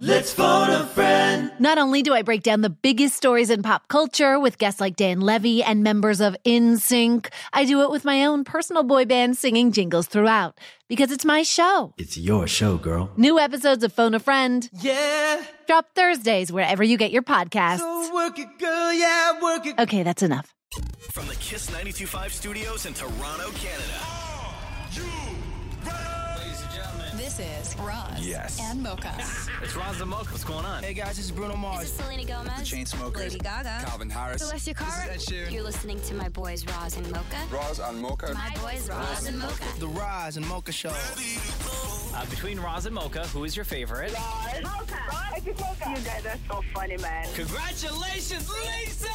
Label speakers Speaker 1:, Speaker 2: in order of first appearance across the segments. Speaker 1: let's phone a friend.
Speaker 2: Not only do I break down the biggest stories in pop culture with guests like Dan Levy and members of InSync, I do it with my own personal boy band singing jingles throughout because it's my show.
Speaker 1: It's your show, girl.
Speaker 2: New episodes of Phone a Friend
Speaker 1: Yeah.
Speaker 2: drop Thursdays wherever you get your podcasts.
Speaker 1: So work it, girl. Yeah, work it.
Speaker 2: okay, that's enough.
Speaker 3: From the Kiss 925 studios in Toronto, Canada.
Speaker 4: This is Roz
Speaker 3: Yes.
Speaker 4: and Mocha.
Speaker 3: It's Roz the Mocha. What's going on?
Speaker 5: Hey guys, this is Bruno
Speaker 6: This
Speaker 5: Mars.
Speaker 6: is Selena Gomez,
Speaker 5: Chainsmokers.
Speaker 6: Lady Gaga,
Speaker 5: Calvin Harris.
Speaker 6: Celestia Cara.
Speaker 5: This is Ed Sheeran.
Speaker 6: You're listening to my boys Roz and Mocha.
Speaker 5: Roz and Mocha.
Speaker 6: My boys Roz and Mocha.
Speaker 5: The Roz and Mocha Show.
Speaker 7: Uh, between Roz and Mocha, who is your favorite?
Speaker 8: Mocha. You guys are so funny, man.
Speaker 3: Congratulations, Lisa!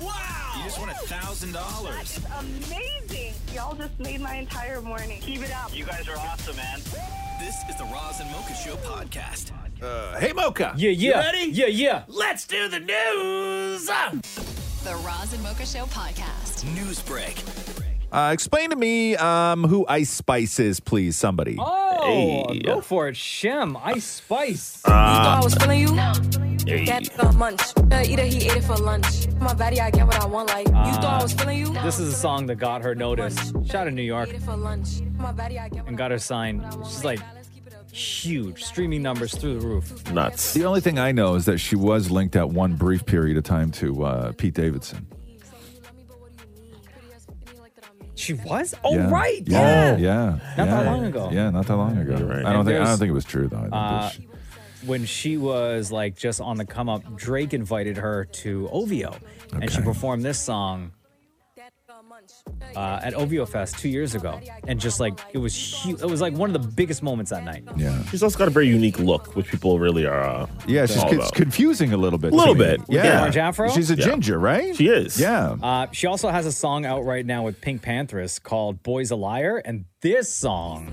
Speaker 3: Wow! You just won a thousand dollars.
Speaker 8: Amazing. Y'all just made my entire morning. Keep it up.
Speaker 3: You guys are awesome, man. This is the Roz and Mocha Show podcast.
Speaker 9: Hey, Mocha.
Speaker 7: Yeah, yeah.
Speaker 9: You ready?
Speaker 7: Yeah, yeah.
Speaker 9: Let's do the news.
Speaker 4: The Roz and Mocha Show podcast.
Speaker 3: News break.
Speaker 9: Uh, explain to me um, who Ice Spice is, please, somebody.
Speaker 7: Oh, go for it, Shem. Ice Spice.
Speaker 10: I was feeling you. That a munch. Uh, Either he ate it for lunch. My body, I get what I want. Like you thought I was feeling you.
Speaker 7: This is a song that got her noticed. Shout out New York
Speaker 10: Ate it for lunch. My body, I get what
Speaker 7: and
Speaker 10: I
Speaker 7: got her
Speaker 10: want.
Speaker 7: signed. She's like huge, streaming numbers through the roof.
Speaker 9: Nuts. The only thing I know is that she was linked at one brief period of time to uh, Pete Davidson.
Speaker 7: She was? Oh,
Speaker 9: Yeah.
Speaker 7: right.
Speaker 9: Yeah.
Speaker 7: Yeah.
Speaker 9: yeah.
Speaker 7: Not that
Speaker 9: yeah.
Speaker 7: long ago.
Speaker 9: Yeah, not that long ago. I don't
Speaker 7: And
Speaker 9: think. I don't
Speaker 7: there's-
Speaker 9: think it was true though. I think
Speaker 7: Uh,
Speaker 9: it was-
Speaker 7: When she was like just on the come up, Drake invited her to OVO and she
Speaker 9: Okay.
Speaker 7: performed this song
Speaker 10: That a munch.
Speaker 7: uh, at OVO Fest two years ago. And just like, it was huge. It was like one of the biggest moments that night.
Speaker 9: yeah.
Speaker 11: She's also got a very unique look, which people really are. Uh,
Speaker 9: Yeah. She's
Speaker 11: all
Speaker 9: it's
Speaker 11: about.
Speaker 9: confusing a little bit. to
Speaker 11: Little
Speaker 9: me.
Speaker 11: bit. With the
Speaker 9: Yeah.
Speaker 7: orange afro?
Speaker 9: She's a
Speaker 11: Yeah.
Speaker 9: ginger, right?
Speaker 11: She is.
Speaker 9: Yeah.
Speaker 7: Uh, she also has a song out right now with Pink Panthers called "Boys a Liar," and this song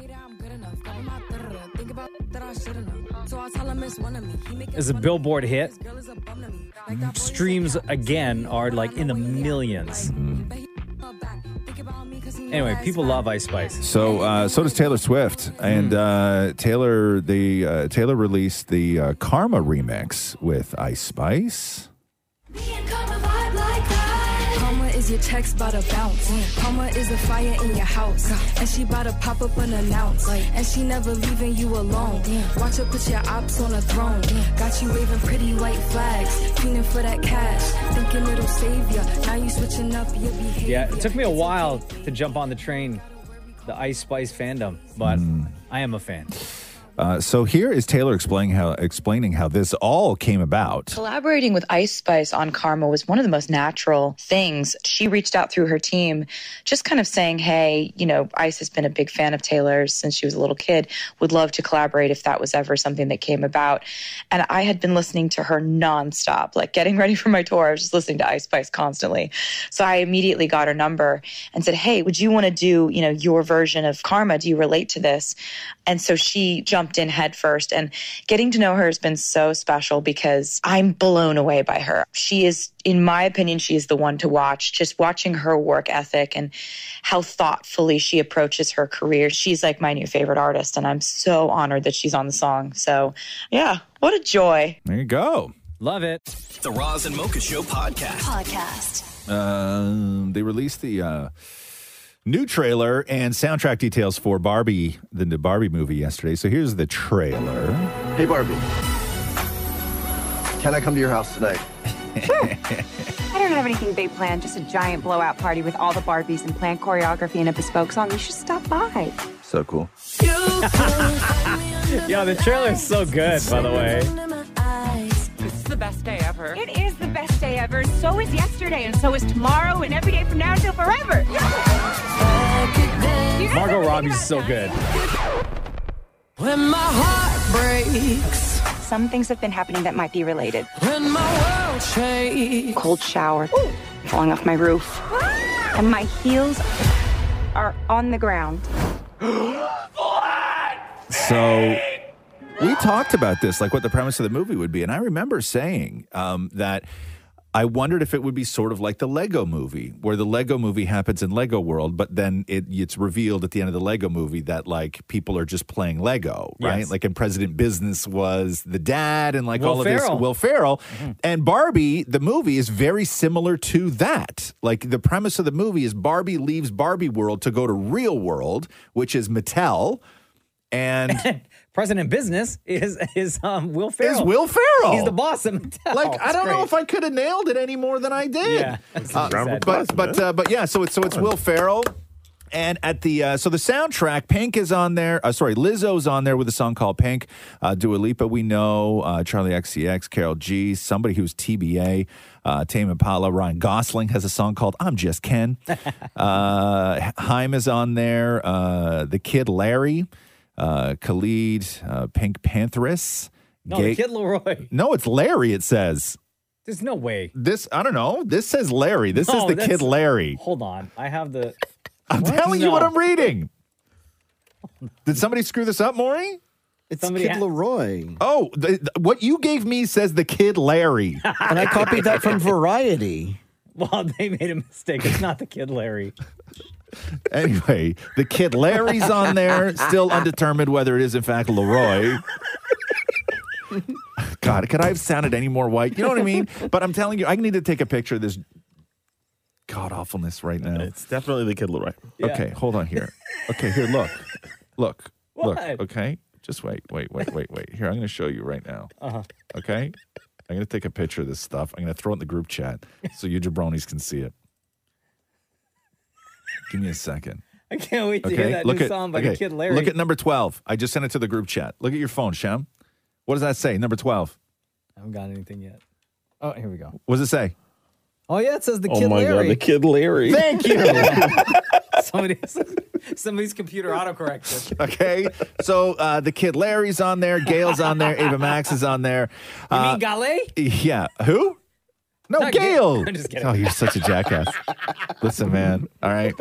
Speaker 7: is a Billboard hit. Streams again are like in the 1000000s
Speaker 9: Mm-hmm.
Speaker 7: Anyway, people love Ice Spice.
Speaker 9: So uh, so does Taylor Swift, and
Speaker 7: Hmm.
Speaker 9: uh, Taylor the uh, Taylor released the uh, Karma remix with Ice Spice.
Speaker 10: Karma is your text about to bounce. Karma is a fire in your house. And she about to pop up unannounced. And she never leaving you alone. Watch her put your ops on a throne. Got you waving pretty white flags. Feeling for that cash. Thinking it'll save ya. Now you switching up your behavior.
Speaker 7: Yeah, it took me a while to jump on the train, the Ice Spice fandom, but
Speaker 9: Hmm.
Speaker 7: I am a fan.
Speaker 9: Uh, so here is Taylor explaining how explaining how this all came about.
Speaker 8: Collaborating with Ice Spice on Karma was one of the most natural things. She reached out through her team, just kind of saying, hey, you know, Ice has been a big fan of Taylor's since she was a little kid, would love to collaborate if that was ever something that came about. And I had been listening to her nonstop, like getting ready for my tour. I was just listening to Ice Spice constantly. So I immediately got her number and said, hey, would you want to do, you know, your version of Karma? Do you relate to this? And so she jumped in headfirst. And getting to know her has been so special because I'm blown away by her. She is, in my opinion, she is the one to watch. Just watching her work ethic and how thoughtfully she approaches her career. She's like my new favorite artist. And I'm so honored that she's on the song. So, yeah, what a joy.
Speaker 9: There you go.
Speaker 7: Love it.
Speaker 3: The Roz and Mocha Show podcast.
Speaker 4: Podcast.
Speaker 9: Um, they released the uh, new trailer and soundtrack details for Barbie, the new Barbie movie yesterday. So here's the trailer.
Speaker 5: Hey Barbie. Can I come to your house tonight?
Speaker 8: I don't have anything big planned, just a giant blowout party with all the Barbies and planned choreography and a bespoke song. You should stop by.
Speaker 5: So cool.
Speaker 7: Yeah, the trailer is so good, by the way.
Speaker 8: It is the best day ever, and so is yesterday, and so is tomorrow, and every day from now until forever.
Speaker 7: Margot Robbie's so good.
Speaker 8: Some things have been happening that might be related. Cold shower, falling off my roof, and my heels are on the ground.
Speaker 9: So we talked about this, like what the premise of the movie would be, and I remember saying um, that I wondered if it would be sort of like the Lego movie, where the Lego movie happens in Lego World, but then it, it's revealed at the end of the Lego movie that like people are just playing Lego, right?
Speaker 12: Yes.
Speaker 9: Like, and President Business was the dad, and like
Speaker 12: Will
Speaker 9: all of
Speaker 12: Ferrell. Mm-hmm.
Speaker 9: this. Will Ferrell. And Barbie, the movie, is very similar to that. Like, the premise of the movie is Barbie leaves Barbie World to go to real world, which is Mattel. And
Speaker 7: President Business is is um, Will Ferrell.
Speaker 9: Is Will Ferrell.
Speaker 7: He's the boss of
Speaker 12: Oh,
Speaker 7: Mattel.
Speaker 9: Like I
Speaker 7: It's
Speaker 9: don't know
Speaker 7: great.
Speaker 9: if I could have nailed it any more than I did.
Speaker 7: Yeah. This is
Speaker 9: Uh,
Speaker 7: round of applause,
Speaker 9: but but
Speaker 7: man.
Speaker 9: uh, but yeah. So it's so it's Will Ferrell, and at the uh, so the soundtrack, Pink is on there. Uh, sorry, Lizzo's on there with a song called Pink. Uh, Dua Lipa, we know uh, Charlie XCX, Carol G, somebody who's TBA. Uh, Tame Impala, Ryan Gosling has a song called "I'm Just Ken." uh, Haim is on there. Uh, the Kid Larry, uh, Khalid, uh, Pink Pantheress.
Speaker 7: No, the Kid Leroy.
Speaker 9: No, it's Larry. It says
Speaker 7: There's no way.
Speaker 9: this. I don't know. This says Larry. This
Speaker 7: No,
Speaker 9: is the
Speaker 7: that's-
Speaker 9: kid Larry.
Speaker 7: Hold on, I have the.
Speaker 9: I'm telling you what
Speaker 7: No.
Speaker 9: I'm reading. Did somebody screw this up, Maury?
Speaker 13: It's
Speaker 7: Somebody Kid ha-
Speaker 13: Leroy.
Speaker 9: Oh, the, the- what you gave me says the kid Larry,
Speaker 13: and I copied that from Variety.
Speaker 7: Well, they made a mistake. It's not the Kid Larry.
Speaker 9: Anyway, the kid Larry's on there. Still undetermined whether it is in fact Leroy. God, could I have sounded any more white? You know what I mean? But I'm telling you, I need to take a picture of this god awfulness right now.
Speaker 11: It's definitely the Kid Leroy.
Speaker 9: Okay, hold on here. Okay, here, look. Look. Look.
Speaker 11: What?
Speaker 9: Okay. Just wait, wait, wait, wait, wait. Here, I'm going to show you right now.
Speaker 7: Uh-huh.
Speaker 9: Okay. I'm going to take a picture of this stuff. I'm going to throw it in the group chat so you jabronis can see it. Give me a second.
Speaker 7: I can't wait to hear that
Speaker 9: look
Speaker 7: new
Speaker 9: at,
Speaker 7: song by
Speaker 9: okay,
Speaker 7: the Kid Larry.
Speaker 9: Look at number 12. I just sent it to the group chat. Look at your phone, Shem. What does that say? Number 12.
Speaker 7: I haven't got anything yet. Oh, here we go.
Speaker 9: What does it say?
Speaker 7: Oh yeah, it says the
Speaker 11: oh
Speaker 7: Kid
Speaker 11: my
Speaker 7: Larry.
Speaker 11: god, the Kid Larry.
Speaker 9: Thank you.
Speaker 7: Somebody, somebody's computer autocorrected.
Speaker 9: okay. So uh, the kid Larry's on there. Gail's on there. Ava Max is on there.
Speaker 7: You
Speaker 9: Uh,
Speaker 7: mean Gale?
Speaker 9: Yeah. Who? No,
Speaker 7: Not
Speaker 9: Gail.
Speaker 7: Gail. I'm just kidding.
Speaker 9: Oh, you're such a jackass. Listen, man. All right.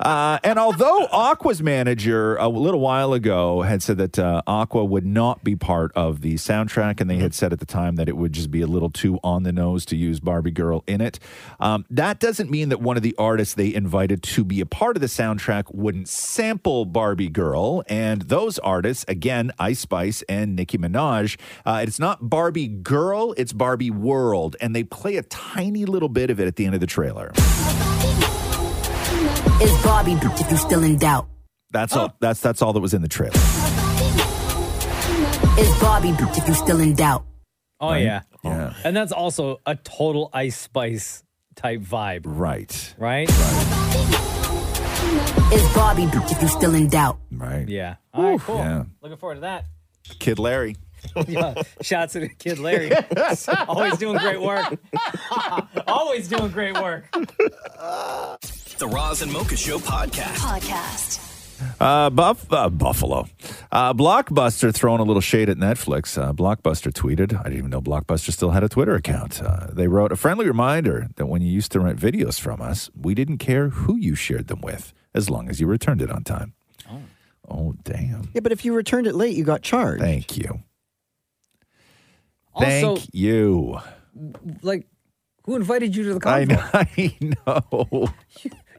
Speaker 9: Uh, and although Aqua's manager a little while ago had said that uh, Aqua would not be part of the soundtrack, and they had said at the time that it would just be a little too on the nose to use Barbie Girl in it, um, that doesn't mean that one of the artists they invited to be a part of the soundtrack wouldn't sample Barbie Girl. And those artists, again, Ice Spice and Nicki Minaj, uh, it's not Barbie Girl, it's Barbie World. And they play a tiny little bit of it at the end of the trailer.
Speaker 14: It's Barbie if you're still in doubt.
Speaker 9: That's all. That's that's all that was in the trailer.
Speaker 14: It's Barbie if you're still in doubt.
Speaker 7: Oh
Speaker 9: Right?
Speaker 7: yeah.
Speaker 9: Yeah.
Speaker 7: And that's also a total Ice Spice type vibe.
Speaker 9: Right.
Speaker 7: Right?
Speaker 14: It's Barbie if you're still in doubt.
Speaker 9: Right.
Speaker 7: Yeah. All right, cool.
Speaker 9: yeah.
Speaker 7: Looking forward to that.
Speaker 9: Kid Larry.
Speaker 7: Yeah. Shouts to the Kid Larry. Always doing great work. Always doing great work.
Speaker 3: The Roz and Mocha Show podcast.
Speaker 4: Podcast.
Speaker 9: Uh, buff, uh, Buffalo. Uh, Blockbuster throwing a little shade at Netflix. Uh, Blockbuster tweeted, I didn't even know Blockbuster still had a Twitter account. Uh, they wrote, A friendly reminder that when you used to rent videos from us, we didn't care who you shared them with as long as you returned it on time. Oh, damn.
Speaker 13: Yeah, but if you returned it late, you got charged.
Speaker 9: Thank you.
Speaker 7: Also,
Speaker 9: Thank you.
Speaker 7: like, who invited you to the
Speaker 9: I
Speaker 7: conference?
Speaker 9: know. I know. Uh,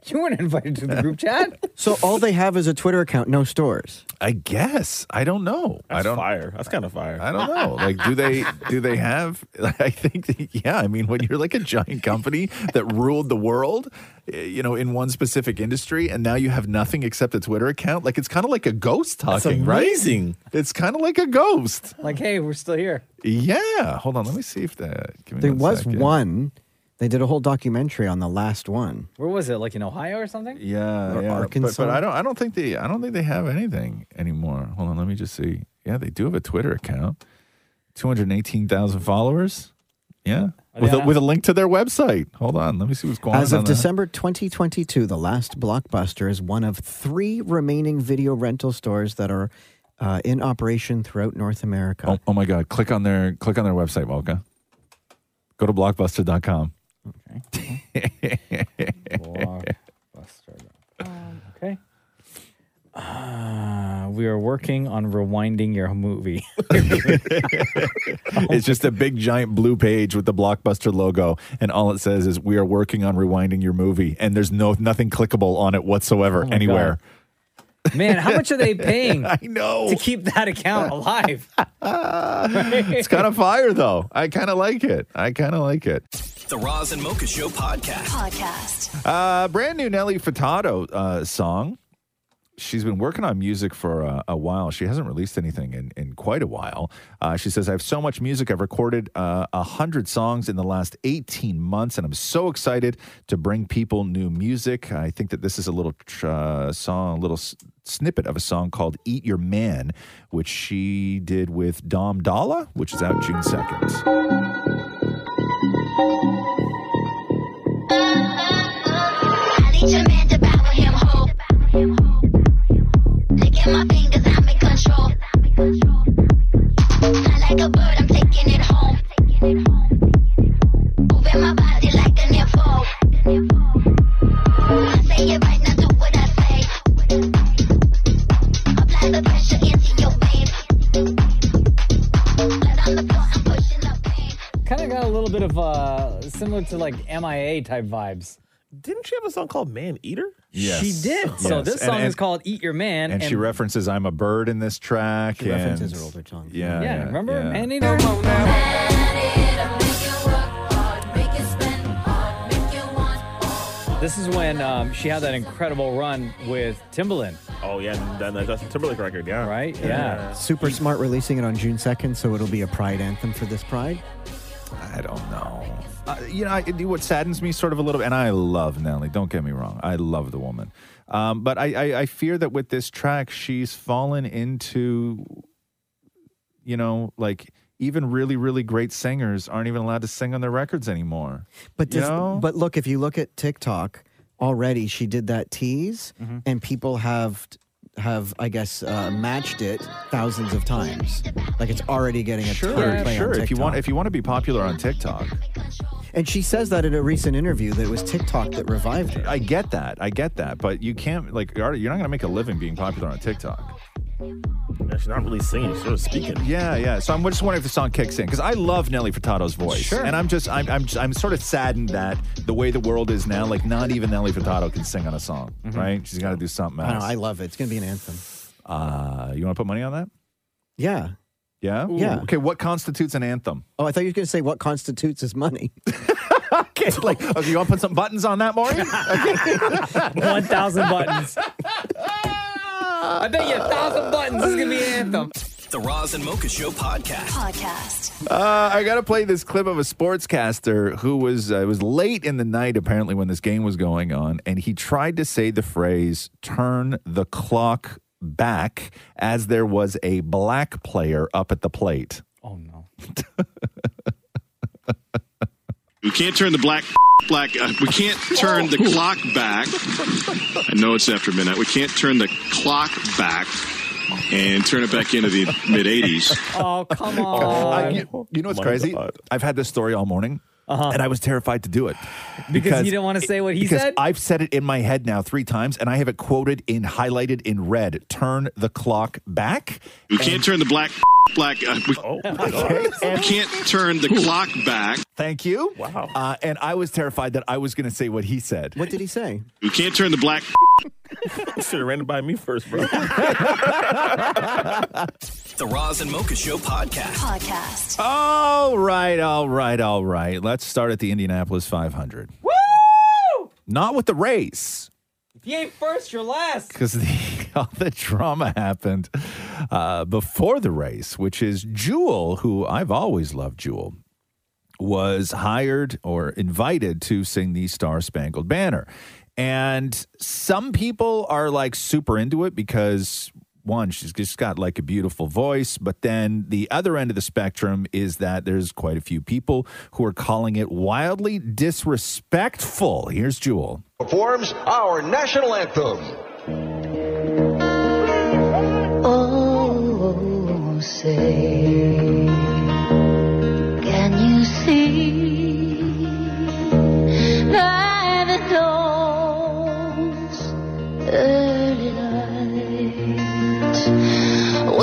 Speaker 7: You weren't invited to the group chat.
Speaker 13: So all they have is a Twitter account, no stores.
Speaker 9: I guess. I don't know. I don't
Speaker 11: fire. That's kind of fire.
Speaker 9: I don't know. Like, do they do they have? I think, that- yeah. I mean, when you're like a giant company that ruled the world, eh, you know, in one specific industry, and now you have nothing except a Twitter account. Like, it's kind of like a ghost
Speaker 11: That's
Speaker 9: talking, right?
Speaker 11: amazing.
Speaker 9: It's kind of like a ghost.
Speaker 7: Like, hey, we're still here.
Speaker 9: Yeah. Hold on. Let me see if that. Give me
Speaker 13: There
Speaker 9: one
Speaker 13: was
Speaker 9: second.
Speaker 13: one. They did a whole documentary on the last one.
Speaker 7: Where was it? Like in Ohio or something?
Speaker 9: Yeah,
Speaker 13: Or
Speaker 9: yeah. But-
Speaker 13: Arkansas?
Speaker 9: But, I don't. I don't think they. I don't think they have anything anymore. Hold on. Let me just see. Yeah, they do have a Twitter account. Two hundred eighteen thousand followers. Yeah,
Speaker 13: Are
Speaker 9: with
Speaker 13: they
Speaker 9: a,
Speaker 13: on-
Speaker 9: with a link to their website. Hold on. Let me see what's going on.
Speaker 13: Oh, As of
Speaker 9: on that.
Speaker 13: December 2022, the last Blockbuster is one of three remaining video rental stores that are uh, in operation throughout North America.
Speaker 9: Oh, oh my God! Click on their click on their website, Volka. Go to blockbuster.com.
Speaker 7: Blockbuster. Um, okay. Uh, we are working on rewinding your movie.
Speaker 9: It's just a big giant blue page with the blockbuster logo, and all it says is "We are working on rewinding your movie," and there's no nothing clickable on it whatsoever
Speaker 7: Oh my
Speaker 9: anywhere.
Speaker 7: Man, how much are they paying?
Speaker 9: I know
Speaker 7: to keep that account alive.
Speaker 9: it's kind of fire though. I kind of like it. I kind of like it.
Speaker 3: The Roz and Mocha Show podcast.
Speaker 4: Podcast.
Speaker 9: Uh, brand new Nelly Furtado uh, song. She's been working on music for a, a while. She hasn't released anything in, in quite a while. Uh, she says, I have so much music. I've recorded uh, a hundred songs in the last 18 months, and I'm so excited to bring people new music. I think that this is a little tr- uh, song, a little s- snippet of a song called Eat Your Man, which she did with Dom Dalla, which is out June 2nd.
Speaker 7: Kind of got a little bit of uh, similar to like MIA type vibes.
Speaker 11: Didn't she have a song called Man Eater?
Speaker 7: She did. So this song is called Eat Your Man.
Speaker 9: And, she references I'm a bird in this track.
Speaker 13: She references her
Speaker 9: older song. Yeah.
Speaker 7: Yeah, remember
Speaker 9: yeah.
Speaker 7: Man Eater? This is when um, she had that incredible run with Timbaland.
Speaker 11: Oh yeah, that, that Justin Timberlake record. Yeah.
Speaker 7: Right. Yeah.
Speaker 13: Super Smart releasing it on June 2nd, so it'll be a Pride anthem for this Pride.
Speaker 9: I don't know. Uh, you know, I, it- what saddens me sort of a little, and I love Nelly. Don't get me wrong, I love the woman, um, but I, I, I fear that with this track, she's fallen into, you know, like even really, really great singers aren't even allowed to sing on their records anymore.
Speaker 13: But
Speaker 9: you
Speaker 13: does,
Speaker 9: know?
Speaker 13: but look, if you look at TikTok already, she did that tease,
Speaker 9: Mm-hmm.
Speaker 13: and people have have I guess uh, matched it thousands of times. Like it's already getting a ton of
Speaker 9: sure,
Speaker 13: play
Speaker 9: sure.
Speaker 13: on
Speaker 9: If you
Speaker 13: TikTok.
Speaker 9: want, if you want to be popular on TikTok,
Speaker 13: and she says that in a recent interview that it was TikTok that revived her.
Speaker 9: I get that, I get that, but you can't like you're you're not going to make a living being popular on TikTok.
Speaker 11: Yeah, she's not really singing. She's just speaking.
Speaker 9: Yeah, yeah. So I'm just wondering if the song kicks in because I love Nelly Furtado's voice,
Speaker 11: Sure.
Speaker 9: and I'm just I'm, I'm just- I'm sort of saddened that the way the world is now, like not even Nelly Furtado can sing on a song,
Speaker 13: Mhm.
Speaker 9: right? She's got to do something
Speaker 13: I,
Speaker 9: else.
Speaker 13: know, I love it. It's gonna be an anthem.
Speaker 9: uh, you want to put money on that?
Speaker 13: Yeah.
Speaker 9: Yeah.
Speaker 13: Yeah.
Speaker 9: Okay. What constitutes an anthem?
Speaker 13: Oh, I thought you were gonna say what constitutes as money.
Speaker 9: okay, like oh, you want to put some buttons on that, Maury?
Speaker 7: One thousand buttons. Ah, I bet you a thousand buttons is gonna be an anthem.
Speaker 3: The Roz and Mocha Show podcast. Podcast.
Speaker 9: Uh, I gotta play this clip of a sportscaster who was uh, it was late in the night apparently when this game was going on, and he tried to say the phrase "turn the clock back" as there was a black player up at the plate.
Speaker 12: We can't turn the black black. Uh, we can't turn the clock back. I know it's after midnight. We can't turn the clock back and turn it back into the mid '80s.
Speaker 7: Oh come on! Uh-huh.
Speaker 9: I- you, you know what's
Speaker 12: My
Speaker 9: crazy? I've had this story all morning, and I was terrified to do it
Speaker 7: Because you didn't wanna say what he
Speaker 9: because
Speaker 7: said?
Speaker 9: I've said it in my head now three times, and I have it quoted in highlighted in red. Turn the clock back.
Speaker 12: We can't turn the black black. Uh, we,
Speaker 11: Oh,
Speaker 12: we can't turn the clock back.
Speaker 9: Thank you. Wow. Uh, and I was terrified that I was going to say what he said.
Speaker 13: What did he say?
Speaker 12: We can't turn the black.
Speaker 11: Should have ran it by me first, bro.
Speaker 3: The Roz and Mocha Show podcast. Podcast.
Speaker 9: All right, all right, all right. Let's start at the Indianapolis 500. Woo! Not with the race,
Speaker 7: If you ain't first, you're last.
Speaker 9: because the, all the drama happened uh, before the race, which is Jewel, who I've always loved Jewel, was hired or invited to sing the Star Spangled Banner. And some people are like super into it because one, she's just got like a beautiful voice. But then the other end of the spectrum is that there's quite a few people who are calling it wildly disrespectful. Here's Jewel.
Speaker 15: performs our national anthem.
Speaker 16: Oh, say, can you see by the dawn's early light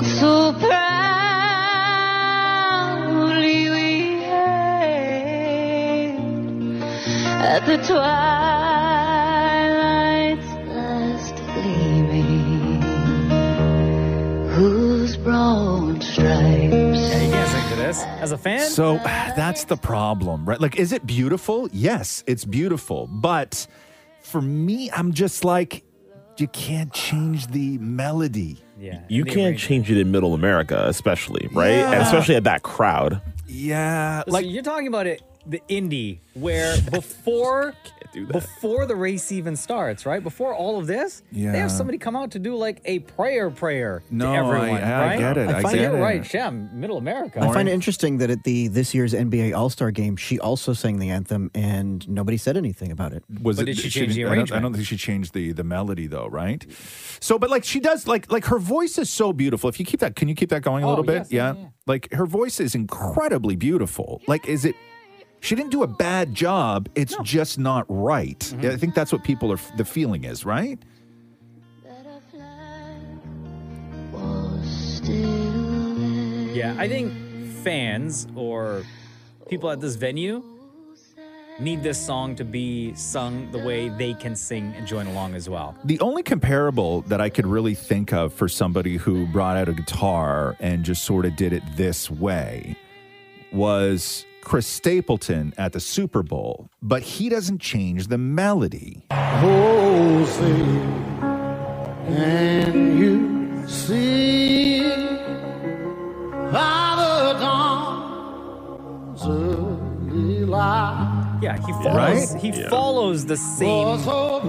Speaker 16: So proudly we hailed at the twilight's last gleaming, whose broad stripes.
Speaker 7: you can't sing to this. As a fan?
Speaker 9: So that's the problem, right? Like, is it beautiful? Yes, it's beautiful. But for me, I'm just like, you can't change the melody.
Speaker 7: Yeah.
Speaker 11: You can't change it in middle America, especially, right? And
Speaker 9: Yeah.
Speaker 11: especially at that crowd.
Speaker 9: Yeah.
Speaker 7: Like you're talking about it the indie where before before the race even starts, right? Before all of this, they
Speaker 9: Yeah.
Speaker 7: have somebody come out to do like a prayer prayer
Speaker 9: No,
Speaker 7: to
Speaker 9: I-
Speaker 7: everyone.
Speaker 9: I
Speaker 7: right?
Speaker 9: get it, I
Speaker 7: So
Speaker 9: get
Speaker 7: you're
Speaker 9: it.
Speaker 7: right, Shem, middle America.
Speaker 13: I find it interesting that at the this year's NBA All Star game, she also sang the anthem and nobody said anything about it.
Speaker 9: Was it, didn't- I don't- I don't, think she changed the the melody though, right? So, but like she does, like like her voice is so beautiful. If you keep that, can you keep that going a
Speaker 11: Oh,
Speaker 9: little bit?
Speaker 11: yes, yeah,
Speaker 9: Like her voice is incredibly beautiful. Like, is it? She didn't do a bad job. It's just not right.
Speaker 11: Mm-hmm.
Speaker 9: I think that's what people are. The feeling is right.
Speaker 7: Yeah, I think fans or people at this venue need this song to be sung the way they can sing and join along as well.
Speaker 9: The only comparable that I could really think of for somebody who brought out a guitar and just sort of did it this way was Chris Stapleton at the Super Bowl, but he doesn't change the melody.
Speaker 16: Oh, say, can you see by the dawn's early light?
Speaker 7: Yeah, he follows.
Speaker 16: Right?
Speaker 7: He
Speaker 16: Yeah.
Speaker 7: follows the same.
Speaker 16: Was so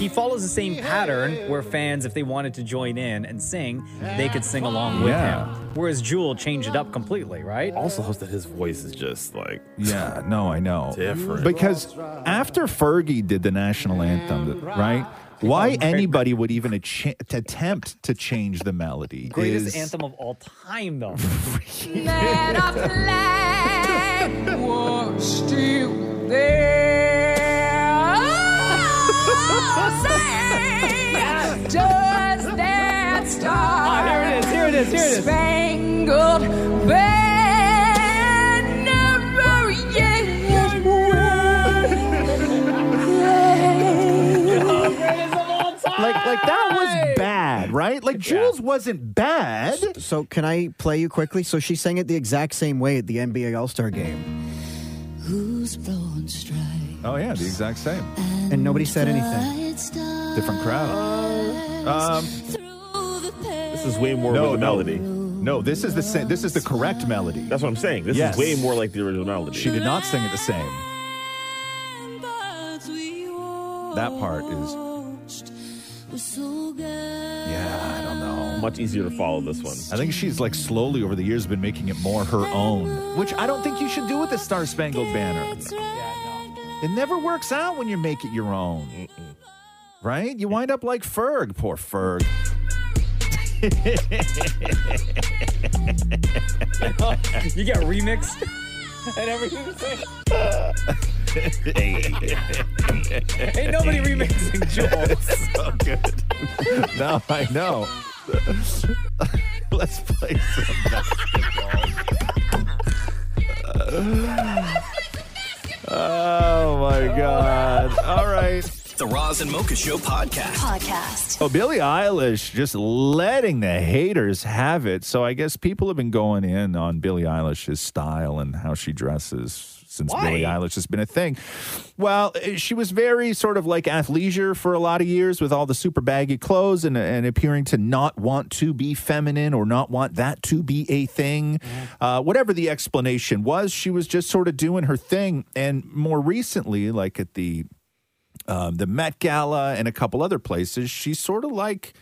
Speaker 7: He follows the same pattern where fans, if they wanted to join in and sing, they could sing along with
Speaker 9: Yeah.
Speaker 7: him. Whereas Jewel changed it up completely, right?
Speaker 11: Also, helps that his voice is just like
Speaker 9: Yeah, no, I know.
Speaker 11: Different.
Speaker 9: Because after Fergie did the national anthem, right? Why anybody would even a ch- attempt to change the melody
Speaker 7: greatest
Speaker 9: is
Speaker 7: anthem of all time, though.
Speaker 16: That our flag was still there. Oh, say, does that star?
Speaker 7: Oh, here it is, here it is, here it is.
Speaker 16: Spangled banner yet wave.
Speaker 9: like like that was bad, right? Like Jules wasn't bad.
Speaker 13: So can I play you quickly? So she sang it the exact same way at the NBA All Star game,
Speaker 16: Who's brown stripe?
Speaker 9: Oh yeah, the exact same.
Speaker 13: and nobody said anything.
Speaker 9: Different crowd. Um,
Speaker 11: this is way more
Speaker 9: No,
Speaker 11: with the
Speaker 9: no.
Speaker 11: melody.
Speaker 9: No, this is the same. This is the correct melody.
Speaker 11: That's what I'm saying. This
Speaker 9: Yes.
Speaker 11: is way more like the original melody.
Speaker 9: She did not sing it the same. That part is yeah, I don't know.
Speaker 11: Much easier to follow this one.
Speaker 9: I think she's like slowly over the years been making it more her own, which I don't think you should do with the Star Spangled Banner. It never works out when you make it your own, right? You wind up like Ferg, poor Ferg.
Speaker 7: you get remixed and everything. Ain't nobody remixing Jules.
Speaker 9: so good. No, I know. Let's play some basketball. oh my god! All right.
Speaker 3: The Roz and Mocha Show podcast.
Speaker 4: Podcast.
Speaker 9: Oh, Billie Eilish just letting the haters have it. So I guess people have been going in on Billie Eilish's style and how she dresses since
Speaker 11: Why?
Speaker 9: Billie Eilish has been a thing. Well, eh, she was very sort of like athleisure for a lot of years with all the super baggy clothes and, and appearing to not want to be feminine or not want that to be a thing. Uh, whatever the explanation was, she was just sort of doing her thing. And more recently, like at the um, the Met Gala and a couple other places, she's sort of like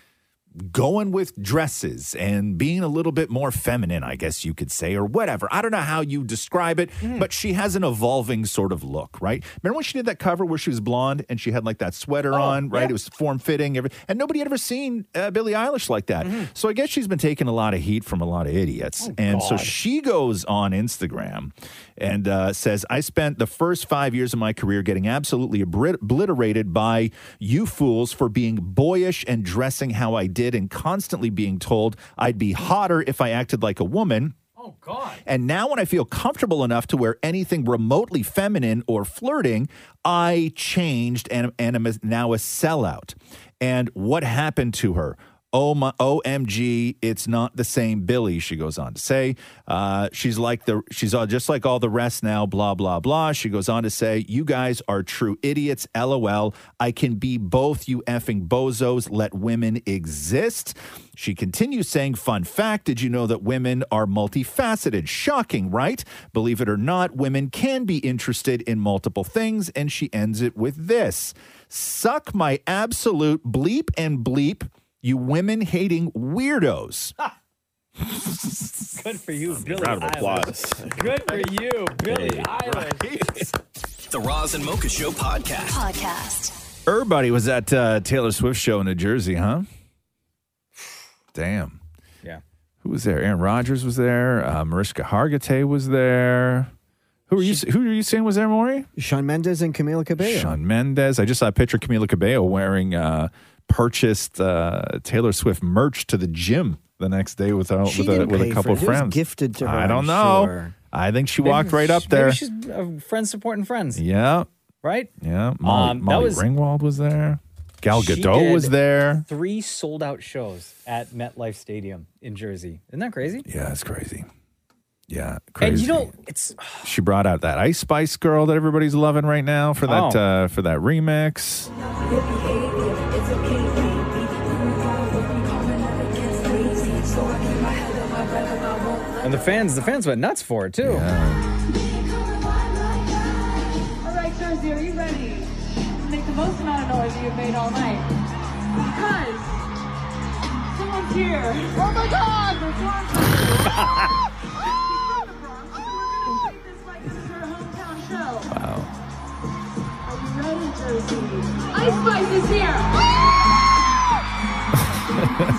Speaker 9: going with dresses and being a little bit more feminine, I guess you could say, or whatever. I don't know how you describe it, but she has an evolving sort of look, right? Remember when she did that cover where she was blonde and she had like that sweater on, right? It was form fitting, and nobody had ever seen uh, Billie Eilish like that. So I guess she's been taking a lot of heat from a lot of idiots, and so
Speaker 11: God.
Speaker 9: she goes on Instagram and uh, says, I spent the first five years of my career getting absolutely obri- obliterated by you fools for being boyish and dressing how I did. did and constantly being told I'd be hotter if I acted like a woman. Oh, God. And now, when I feel comfortable enough to wear anything remotely feminine or flirting, I changed and, and am now a sellout. And what happened to her? Oh my, OMG, it's not the same Billy, she goes on to say. Uh, she's like the, she's all, just like all the rest now, blah, blah, blah. She goes on to say, you guys are true idiots, LOL. I can be both, you effing bozos. Let women exist. She continues saying, fun fact, did you know that women are multifaceted? Shocking, right? Believe it or not, women can be interested in multiple things. And she ends it with this. Suck my absolute bleep and bleep you women hating weirdos.
Speaker 7: Good for you, Billy.
Speaker 9: round of
Speaker 7: Eilish.
Speaker 9: applause.
Speaker 7: Good for you, Billy Eilish.
Speaker 3: The Roz and Mocha Show podcast.
Speaker 4: Podcast.
Speaker 9: Everybody was at uh, Taylor Swift show in New Jersey, huh? Damn.
Speaker 7: Yeah.
Speaker 9: Who was there? Aaron Rodgers was there. Uh, Mariska Hargitay was there. Who are you? Who are you saying was there, Maury?
Speaker 13: Sean Mendes and Camila Cabello.
Speaker 9: Sean Mendez. I just saw a picture of Camila Cabello wearing uh, purchased uh, Taylor Swift merch to the gym the next day with a,
Speaker 13: She
Speaker 9: with a,
Speaker 13: didn't
Speaker 9: with a
Speaker 13: pay
Speaker 9: couple
Speaker 13: for it.
Speaker 9: of
Speaker 13: It was
Speaker 9: friends.
Speaker 13: gifted to her,
Speaker 9: I don't
Speaker 13: I'm
Speaker 9: know.
Speaker 13: sure.
Speaker 9: I think she
Speaker 7: Maybe
Speaker 9: walked right up
Speaker 7: sh-
Speaker 9: there.
Speaker 7: Maybe she's uh, friends supporting friends,
Speaker 9: yeah.
Speaker 7: right?
Speaker 9: Yeah. Molly,
Speaker 7: Um, that
Speaker 9: Molly
Speaker 7: was-
Speaker 9: Ringwald was there. Gal
Speaker 7: She
Speaker 9: Gadot was
Speaker 7: did
Speaker 9: there.
Speaker 7: Three sold out shows at MetLife Stadium in Jersey. Isn't that crazy?
Speaker 9: Yeah, it's crazy. Yeah,
Speaker 7: And
Speaker 9: crazy.
Speaker 7: you know, it's
Speaker 9: she brought out that Ice Spice girl that everybody's loving right now for that
Speaker 7: Oh.
Speaker 9: uh, for that remix.
Speaker 7: and the fans, the fans went nuts for it too.
Speaker 16: All right, Jersey, are you ready to make the most amount of noise you've made all night? Because someone's here. Oh my God! They're drawn to Oh, Ice Spice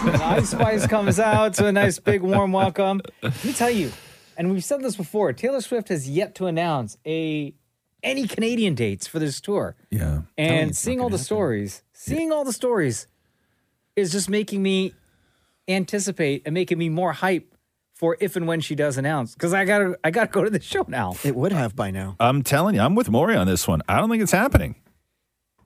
Speaker 16: is here.
Speaker 7: Ice Spice comes out to a nice big warm welcome. Let me tell you, and we've said this before, Taylor Swift has yet to announce a any Canadian dates for this tour.
Speaker 9: Yeah.
Speaker 7: And seeing all the stories, seeing all the stories is just making me anticipate and making me more hype for if and when she does announce. Because I gotta I gotta go to the show now.
Speaker 13: It would have by now.
Speaker 9: I'm telling you, I'm with Maury on this one. I don't think it's happening.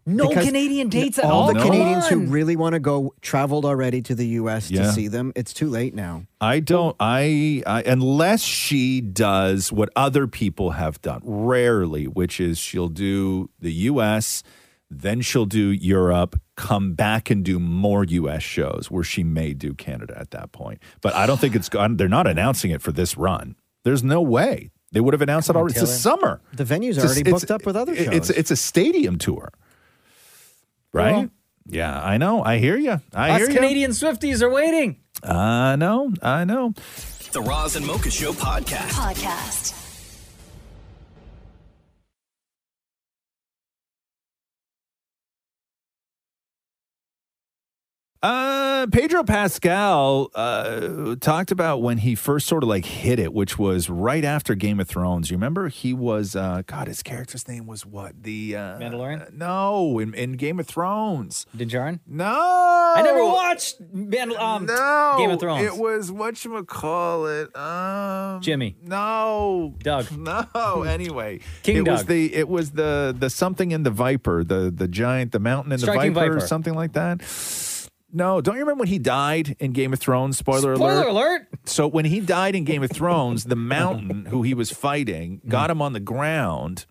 Speaker 7: No
Speaker 13: Because
Speaker 7: Canadian dates at
Speaker 13: all
Speaker 7: all.
Speaker 13: the
Speaker 7: Come
Speaker 13: Canadians who
Speaker 7: on.
Speaker 13: really want to go traveled already to the U.S.
Speaker 9: Yeah.
Speaker 13: to see them. It's too late now.
Speaker 9: I don't. I, I unless she does what other people have done rarely, which is she'll do the U.S., then she'll do Europe, come back and do more U.S. shows where she may do Canada at that point. But I don't think it's. gone- They're not announcing it for this run. There's no way they would have announced it
Speaker 13: on,
Speaker 9: already. It's the
Speaker 13: Taylor.
Speaker 9: summer.
Speaker 13: The venue's
Speaker 9: It's a-
Speaker 13: already
Speaker 9: it's-
Speaker 13: booked up with other shows.
Speaker 9: It's it's a stadium tour, right?
Speaker 7: Well-
Speaker 9: yeah, I know. I hear you. I
Speaker 7: Us
Speaker 9: hear you.
Speaker 7: Canadian Swifties are waiting.
Speaker 9: I know. I know.
Speaker 3: The Roz and Mocha Show podcast.
Speaker 4: Podcast.
Speaker 9: Uh, Pedro Pascal uh, talked about when he first sort of like hit it, which was right after Game of Thrones. You remember he was uh, God. His character's name was what? The uh, Mandalorian? No, in, in Game of Thrones.
Speaker 7: Dijarin?
Speaker 9: No, I
Speaker 7: never watched Mandal- um,
Speaker 9: no,
Speaker 7: Game of Thrones.
Speaker 9: It was what you call it. Um,
Speaker 7: Jimmy.
Speaker 9: No,
Speaker 7: Doug.
Speaker 9: No. Anyway,
Speaker 7: King
Speaker 9: it was
Speaker 7: Doug.
Speaker 9: the it was the the something in the viper, the the giant, the mountain in the
Speaker 7: Striking
Speaker 9: viper, or
Speaker 7: Viper.
Speaker 9: something like that. No, don't you remember when he died in Game of Thrones? Spoiler,
Speaker 7: Spoiler
Speaker 9: alert.
Speaker 7: alert.
Speaker 9: So when he died in Game of Thrones, the mountain who he was fighting
Speaker 7: Mm-hmm.
Speaker 9: got him on the ground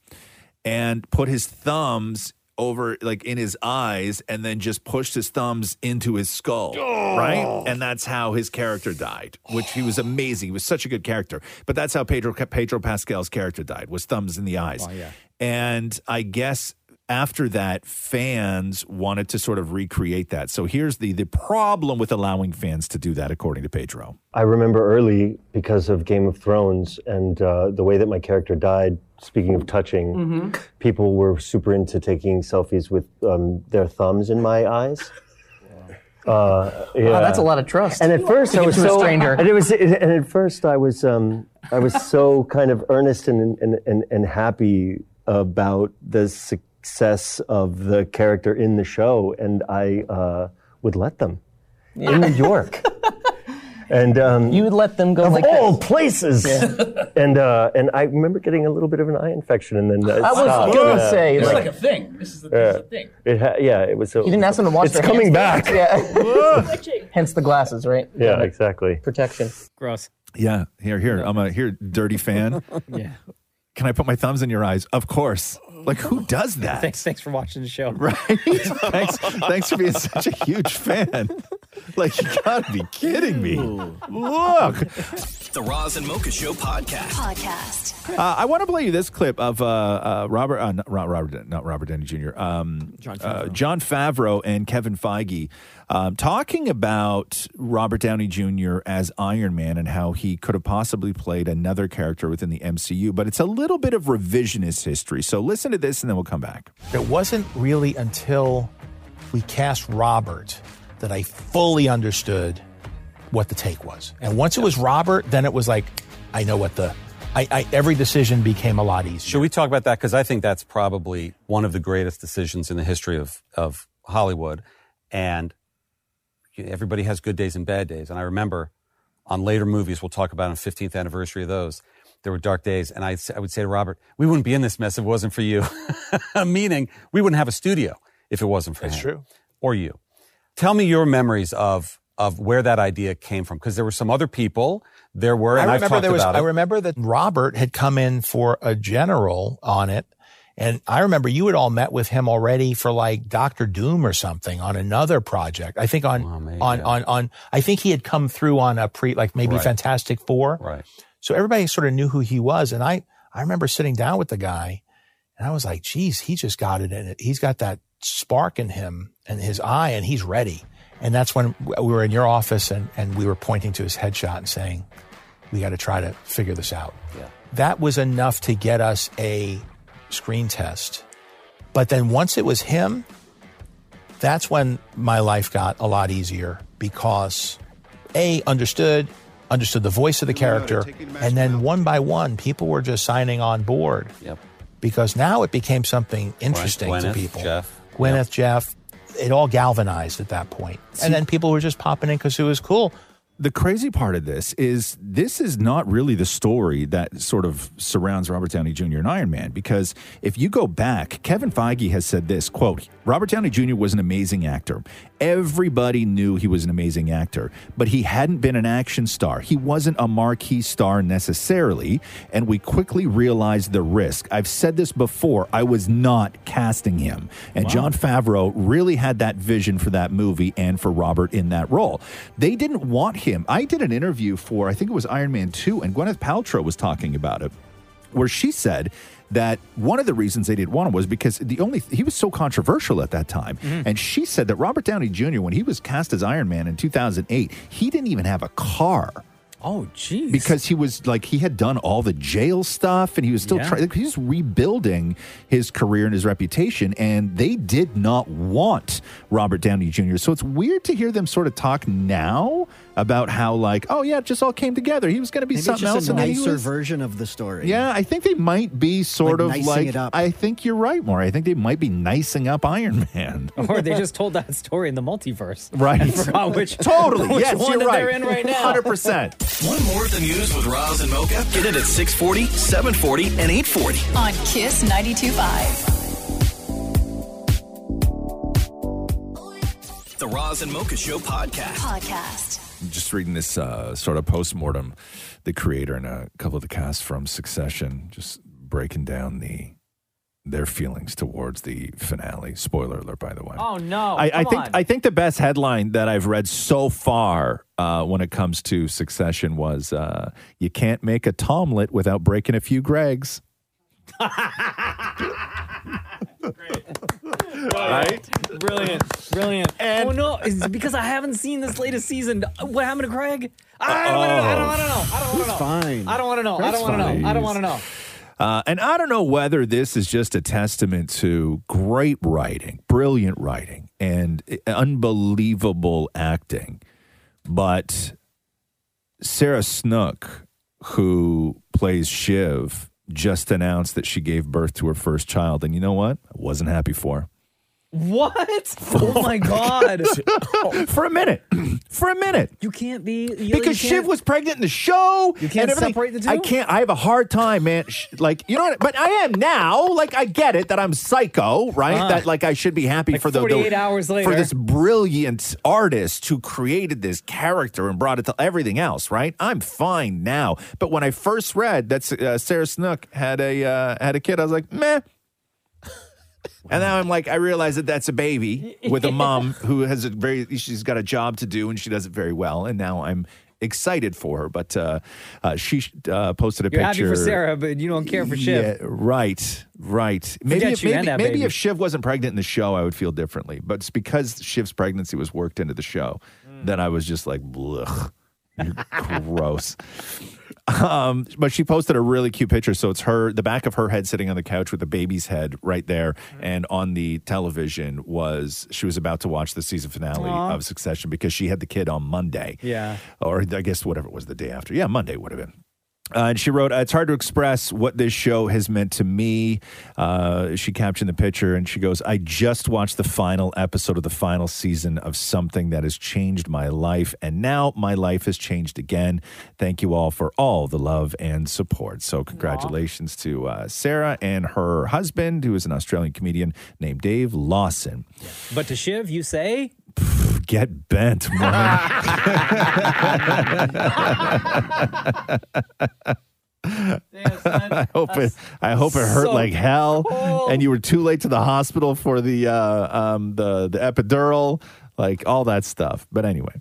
Speaker 9: and put his thumbs over like in his eyes and then just pushed his thumbs into his skull
Speaker 7: Oh.
Speaker 9: right and that's how his character died which he was amazing he was such a good character but that's how pedro pedro pascal's character died was thumbs in the eyes
Speaker 7: Oh, yeah.
Speaker 9: and i guess after that fans wanted to sort of recreate that so here's the the problem with allowing fans to do that according to pedro
Speaker 17: I remember early because of Game of Thrones and uh, the way that my character died. Speaking of touching, people were super into taking selfies with um, their thumbs in my eyes. Uh, yeah.
Speaker 18: Wow, that's a lot of trust.
Speaker 17: And at first, I
Speaker 18: Give
Speaker 17: was
Speaker 18: to a
Speaker 17: so.
Speaker 18: stranger.
Speaker 17: And, it was, and at first, I was um, I was so kind of earnest and and and, and happy about the success of the character in the show, and I uh, would let them. in New York. And um, you would let them go of
Speaker 18: like
Speaker 17: all
Speaker 18: this.
Speaker 17: places. and uh, and I remember getting a little bit of an eye infection, and then uh, it
Speaker 18: I was
Speaker 17: stopped.
Speaker 18: going to
Speaker 17: Yeah.
Speaker 18: say,
Speaker 17: Yeah.
Speaker 18: like, a thing. This is,
Speaker 17: this is a
Speaker 18: thing.
Speaker 17: It ha- yeah, it was. So,
Speaker 18: You didn't ask them to watch
Speaker 17: It's
Speaker 18: their
Speaker 17: coming
Speaker 18: hands.
Speaker 17: back.
Speaker 18: Yeah. Hence the glasses, right?
Speaker 17: Yeah, exactly.
Speaker 18: Protection.
Speaker 7: Gross.
Speaker 9: Yeah. Here, here. I'm a here, dirty fan.
Speaker 7: yeah.
Speaker 9: Can I put my thumbs in your eyes? Of course. Like who does that?
Speaker 7: Thanks, thanks for watching the show.
Speaker 9: Right. thanks, thanks for being such a huge fan. Like you gotta be kidding me. Look.
Speaker 3: The Roz and Mocha Show podcast. Podcast.
Speaker 9: Uh, I want to play you this clip of uh, uh, Robert, uh, not Ro- Robert, not Robert Downey Jr. Um, John, Favreau. Uh, John Favreau and Kevin Feige um, talking about Robert Downey Jr. as Iron Man and how he could have possibly played another character within the MCU. But it's a little bit of revisionist history. So listen to this, and then we'll come back.
Speaker 19: It wasn't really until we cast Robert that I fully understood what the take was. And once it was Robert, then it was like, I know what the, I, I every decision became a lot easier.
Speaker 20: Should we talk about that? Because I think that's probably one of the greatest decisions in the history of, of Hollywood. And everybody has good days and bad days. And I remember on later movies, we'll talk about on 15th anniversary of those, there were dark days. And I, I would say to Robert, we wouldn't be in this mess if it wasn't for you. Meaning, we wouldn't have a studio if it wasn't for
Speaker 19: That's
Speaker 20: him.
Speaker 19: true.
Speaker 20: Or you. Tell me your memories of, of where that idea came from. Because there were some other people. There were, and
Speaker 19: I
Speaker 20: have
Speaker 19: remember
Speaker 20: talked
Speaker 19: there was.
Speaker 20: about it.
Speaker 19: I remember that Robert had come in for a general on it, and I remember you had all met with him already for like Doctor Doom or something on another project. I think on
Speaker 20: Oh,
Speaker 19: on, on on I think he had come through on a pre like maybe
Speaker 20: Right.
Speaker 19: Fantastic Four.
Speaker 20: Right.
Speaker 19: So everybody sort of knew who he was, and I I remember sitting down with the guy, and I was like, "Geez, he just got it in it. He's got that spark in him and his eye, and he's ready." And that's when we were in your office, and and we were pointing to his headshot and saying we got to try to figure this out.
Speaker 20: Yeah.
Speaker 19: That was enough to get us a screen test. But then once it was him, that's when my life got a lot easier because A, understood, understood the voice of the character. And then one by one, people were just signing on board.
Speaker 20: Yep.
Speaker 19: Because now it became something interesting to
Speaker 20: Gwyneth,
Speaker 19: people.
Speaker 20: Jeff.
Speaker 19: Gwyneth, Jeff, it all galvanized at that point. And then people were just popping in because it was cool.
Speaker 9: The crazy part of this is this is not really the story that sort of surrounds Robert Downey Jr. and Iron Man because if you go back, Kevin Feige has said this quote: Robert Downey Jr. was an amazing actor. Everybody knew he was an amazing actor, but he hadn't been an action star. He wasn't a marquee star necessarily, and we quickly realized the risk. I've said this before. I was not casting him, and John Favreau really had that vision for that movie and for Robert in that role. They didn't want him. I did an interview for, I think it was Iron Man 2, and Gwyneth Paltrow was talking about it, where she said that one of the reasons they didn't want him was because the only he was so controversial at that time and she said that Robert Downey Jr when he was cast as Iron Man in 2008 he didn't even have a car
Speaker 7: Oh, jeez.
Speaker 9: because he was like he had done all the jail stuff and he was still
Speaker 7: Yeah.
Speaker 9: trying he was rebuilding his career and his reputation and they did not want robert downey jr so it's weird to hear them sort of talk now about how like oh yeah it just all came together he was going to be
Speaker 13: Maybe it's
Speaker 9: something
Speaker 13: just
Speaker 9: else
Speaker 13: a
Speaker 9: and then he
Speaker 13: nicer
Speaker 9: was-
Speaker 13: version of the story.
Speaker 9: yeah i think they might be sort
Speaker 13: Like
Speaker 9: of
Speaker 13: nicing
Speaker 9: like
Speaker 13: it up.
Speaker 9: i think you're right more i think they might be nicing up iron man
Speaker 7: or they just told that story in the multiverse.
Speaker 9: Right.
Speaker 7: I forgot which.
Speaker 9: Totally.
Speaker 7: Which
Speaker 9: Yes,
Speaker 7: one
Speaker 9: you're
Speaker 7: that They're
Speaker 9: right.
Speaker 7: in right now.
Speaker 9: 100%.
Speaker 3: Want more of the news with Roz and Mocha? Get it at 640, 740, and 840.
Speaker 4: On Kiss 92.5.
Speaker 3: The Roz and Mocha Show podcast.
Speaker 4: Podcast.
Speaker 9: just reading this uh, sort of postmortem, the creator and a couple of the cast from Succession just breaking down the their feelings towards the finale. Spoiler alert, by the way.
Speaker 7: Oh no.
Speaker 9: I, I
Speaker 7: come
Speaker 9: think
Speaker 7: on.
Speaker 9: I think the best headline that I've read so far uh, when it comes to Succession was uh, "You can't make a tomlet without breaking a few Gregs."
Speaker 7: Right? Brilliant. Brilliant. oh no, it's because I haven't seen this latest season. What happened to Craig? I don't want to know. I don't want to know. I don't want to know.
Speaker 9: fine.
Speaker 7: I don't want to know. I don't want to know. I don't want to know.
Speaker 9: Uh, and I don't know whether this is just a testament to great writing, brilliant writing, and eh, unbelievable acting, but Sarah Snook, who plays Shiv, just announced that she gave birth to her first child. And you know what? I wasn't happy for her.
Speaker 7: What? Oh my god!
Speaker 9: for a minute, for a minute,
Speaker 7: you can't be you- you
Speaker 9: because Shiv
Speaker 7: can't-
Speaker 9: was pregnant in the show. You
Speaker 7: can't separate the two?
Speaker 9: I can't. I have a hard time, man. Sh- Like you know, what, but I am now. Like I get it that I'm psycho, right?
Speaker 7: Uh-huh.
Speaker 9: That like I should be happy
Speaker 7: Like
Speaker 9: for the, the
Speaker 7: 48 hours
Speaker 9: for
Speaker 7: later.
Speaker 9: this brilliant artist who created this character and brought it to everything else, right? I'm fine now. But when I first read that uh, Sarah Snook had a uh, had a kid, I was like, meh. And now I'm like, I realize that that's a baby with a mom who has a very, she's got a job to do and she does it very well. And now I'm excited for her. But uh, uh, she uh, posted a
Speaker 7: You're
Speaker 9: picture.
Speaker 7: happy for Sarah, but you don't care for Shiv.
Speaker 9: Yeah, right, right. Maybe
Speaker 7: Forget
Speaker 9: if,
Speaker 7: you and
Speaker 9: maybe,
Speaker 7: that
Speaker 9: maybe
Speaker 7: baby.
Speaker 9: if Shiv wasn't pregnant in the show, I would feel differently. But it's because Shiv's pregnancy was worked into the show,
Speaker 7: Mm.
Speaker 9: then I was just like, blech, you're gross. Um, but she posted a really cute picture. So it's her, the back of her head sitting on the couch with the baby's head right there,
Speaker 7: Mm-hmm.
Speaker 9: and on the television was she was about to watch the season finale
Speaker 7: Aw.
Speaker 9: of Succession because she had the kid on Monday
Speaker 7: Yeah.
Speaker 9: or I guess whatever it was the day after. Yeah, Monday would have been. Uh, and she wrote, It's hard to express what this show has meant to me. Uh, she captioned the picture and she goes, I just watched the final episode of the final season of something that has changed my life. And now my life has changed again. Thank you all for all the love and support. So, congratulations to uh, Sarah and her husband, who is an Australian comedian named Dave Lawson.
Speaker 7: But to Shiv, you say
Speaker 9: Get bent, man. I hope it. I hope it hurt
Speaker 7: so
Speaker 9: like hell, and you were too late to the hospital for the uh, um, the the epidural, like all that stuff. But anyway,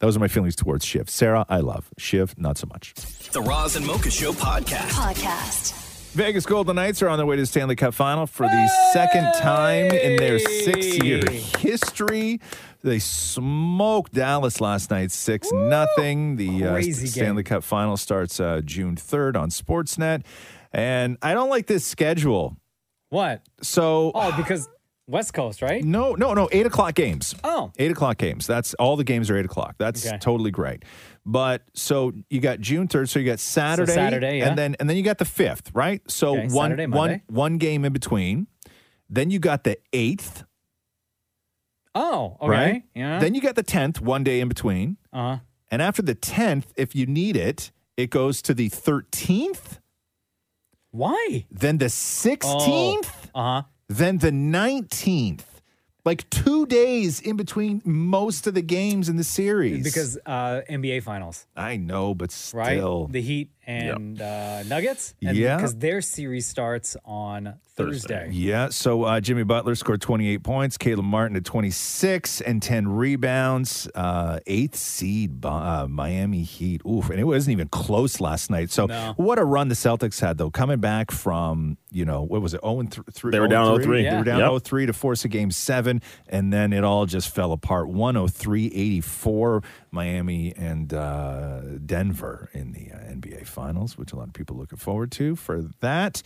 Speaker 9: those are my feelings towards Shiv. Sarah, I love Shiv, not so much.
Speaker 3: The Roz and Mocha Show podcast.
Speaker 4: Podcast.
Speaker 9: Vegas Golden Knights are on their way to the Stanley Cup Final for the second time in their six-year history. They smoked Dallas last night, six nothing. The uh,
Speaker 7: Crazy game.
Speaker 9: Stanley Cup Final starts uh, June third on Sportsnet, and I don't like this schedule.
Speaker 7: What?
Speaker 9: So
Speaker 7: oh, because West Coast, right?
Speaker 9: No, no, no. Eight o'clock games.
Speaker 7: Oh.
Speaker 9: Eight o'clock games. That's all the games are eight o'clock. That's
Speaker 7: Okay.
Speaker 9: totally great. But so you got June third, so you got Saturday,
Speaker 7: Saturday, yeah.
Speaker 9: and then and then you got the fifth, right? So
Speaker 7: Okay,
Speaker 9: one
Speaker 7: Saturday,
Speaker 9: one
Speaker 7: Monday.
Speaker 9: one game in between. Then you got the eighth,
Speaker 7: Oh, okay.
Speaker 9: right?
Speaker 7: Yeah.
Speaker 9: Then you got the tenth, one day in between,
Speaker 7: uh
Speaker 9: and after the tenth, if you need it, it goes to the thirteenth.
Speaker 7: Why?
Speaker 9: Then the sixteenth.
Speaker 7: Uh huh.
Speaker 9: then the 19th. Like two days in between most of the games in the series.
Speaker 7: Because uh, NBA Finals,
Speaker 9: I know, but still.
Speaker 7: right? The Heat and uh, Nuggets. And
Speaker 9: Yeah.
Speaker 7: Because their series starts on Thursday.
Speaker 9: Yeah. So uh, Jimmy Butler scored 28 points. Caleb Martin had 26 and 10 rebounds. Uh, eighth seed Bo- uh, Miami Heat. Oof. And it wasn't even close last night. So
Speaker 7: No.
Speaker 9: what a run the Celtics had, though. Coming back from, you know, what was it? 0 and 3.
Speaker 11: They were down 0-3.
Speaker 9: They
Speaker 11: Yeah.
Speaker 9: were down
Speaker 11: Yep.
Speaker 9: 0 3 to force a game seven. And then it all just fell apart. 103 84, Miami and uh, Denver in the uh, NBA Finals, which a lot of people looking forward to for that.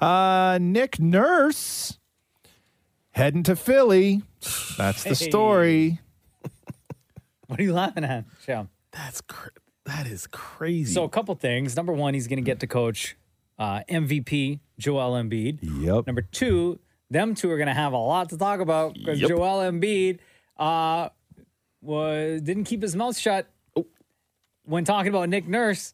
Speaker 9: Uh, Nick Nurse heading to Philly. That's the
Speaker 7: Hey.
Speaker 9: story.
Speaker 7: What are you laughing at, Sham?
Speaker 11: That's cr- that is crazy.
Speaker 7: So a couple things. Number one, he's going to get to coach uh, MVP Joel Embiid.
Speaker 9: Yep.
Speaker 7: Number two, them two are going to have a lot to talk about because
Speaker 11: Yep.
Speaker 7: Joel Embiid uh, was didn't keep his mouth shut
Speaker 11: Oh.
Speaker 7: when talking about Nick Nurse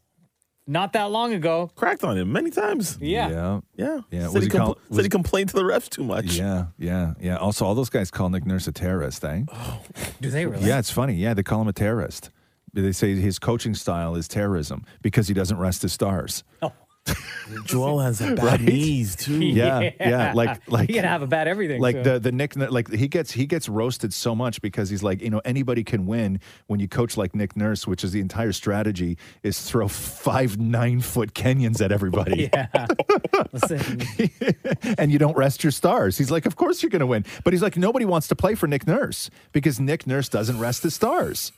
Speaker 7: not that long ago.
Speaker 11: Cracked on him many times.
Speaker 7: Yeah.
Speaker 9: Yeah.
Speaker 11: Yeah.
Speaker 9: Yeah,
Speaker 11: Said,
Speaker 9: was
Speaker 11: he,
Speaker 9: he
Speaker 11: compl-
Speaker 9: call-
Speaker 11: said he complained to the refs too much.
Speaker 9: Yeah, yeah, yeah. Also, all those guys call Nick Nurse a terrorist, eh?
Speaker 7: Do they really?
Speaker 9: Yeah, it's funny. Yeah, they call him a terrorist. They say his coaching style is terrorism because he doesn't rest his stars.
Speaker 11: Joel has bad
Speaker 9: Right?
Speaker 11: knees too.
Speaker 9: Yeah, yeah, like- like-
Speaker 7: he can have about everything.
Speaker 9: Like
Speaker 7: so-
Speaker 9: the the Nick like he gets he gets roasted so much because he's like you know anybody can win when you coach like Nick Nurse, which is the entire strategy is throw five nine foot Kenyans at everybody.
Speaker 7: yeah. Listen,
Speaker 9: and you don't rest your stars. He's like, of course you're going to win. But he's like, nobody wants to play for Nick Nurse because Nick Nurse doesn't rest his stars.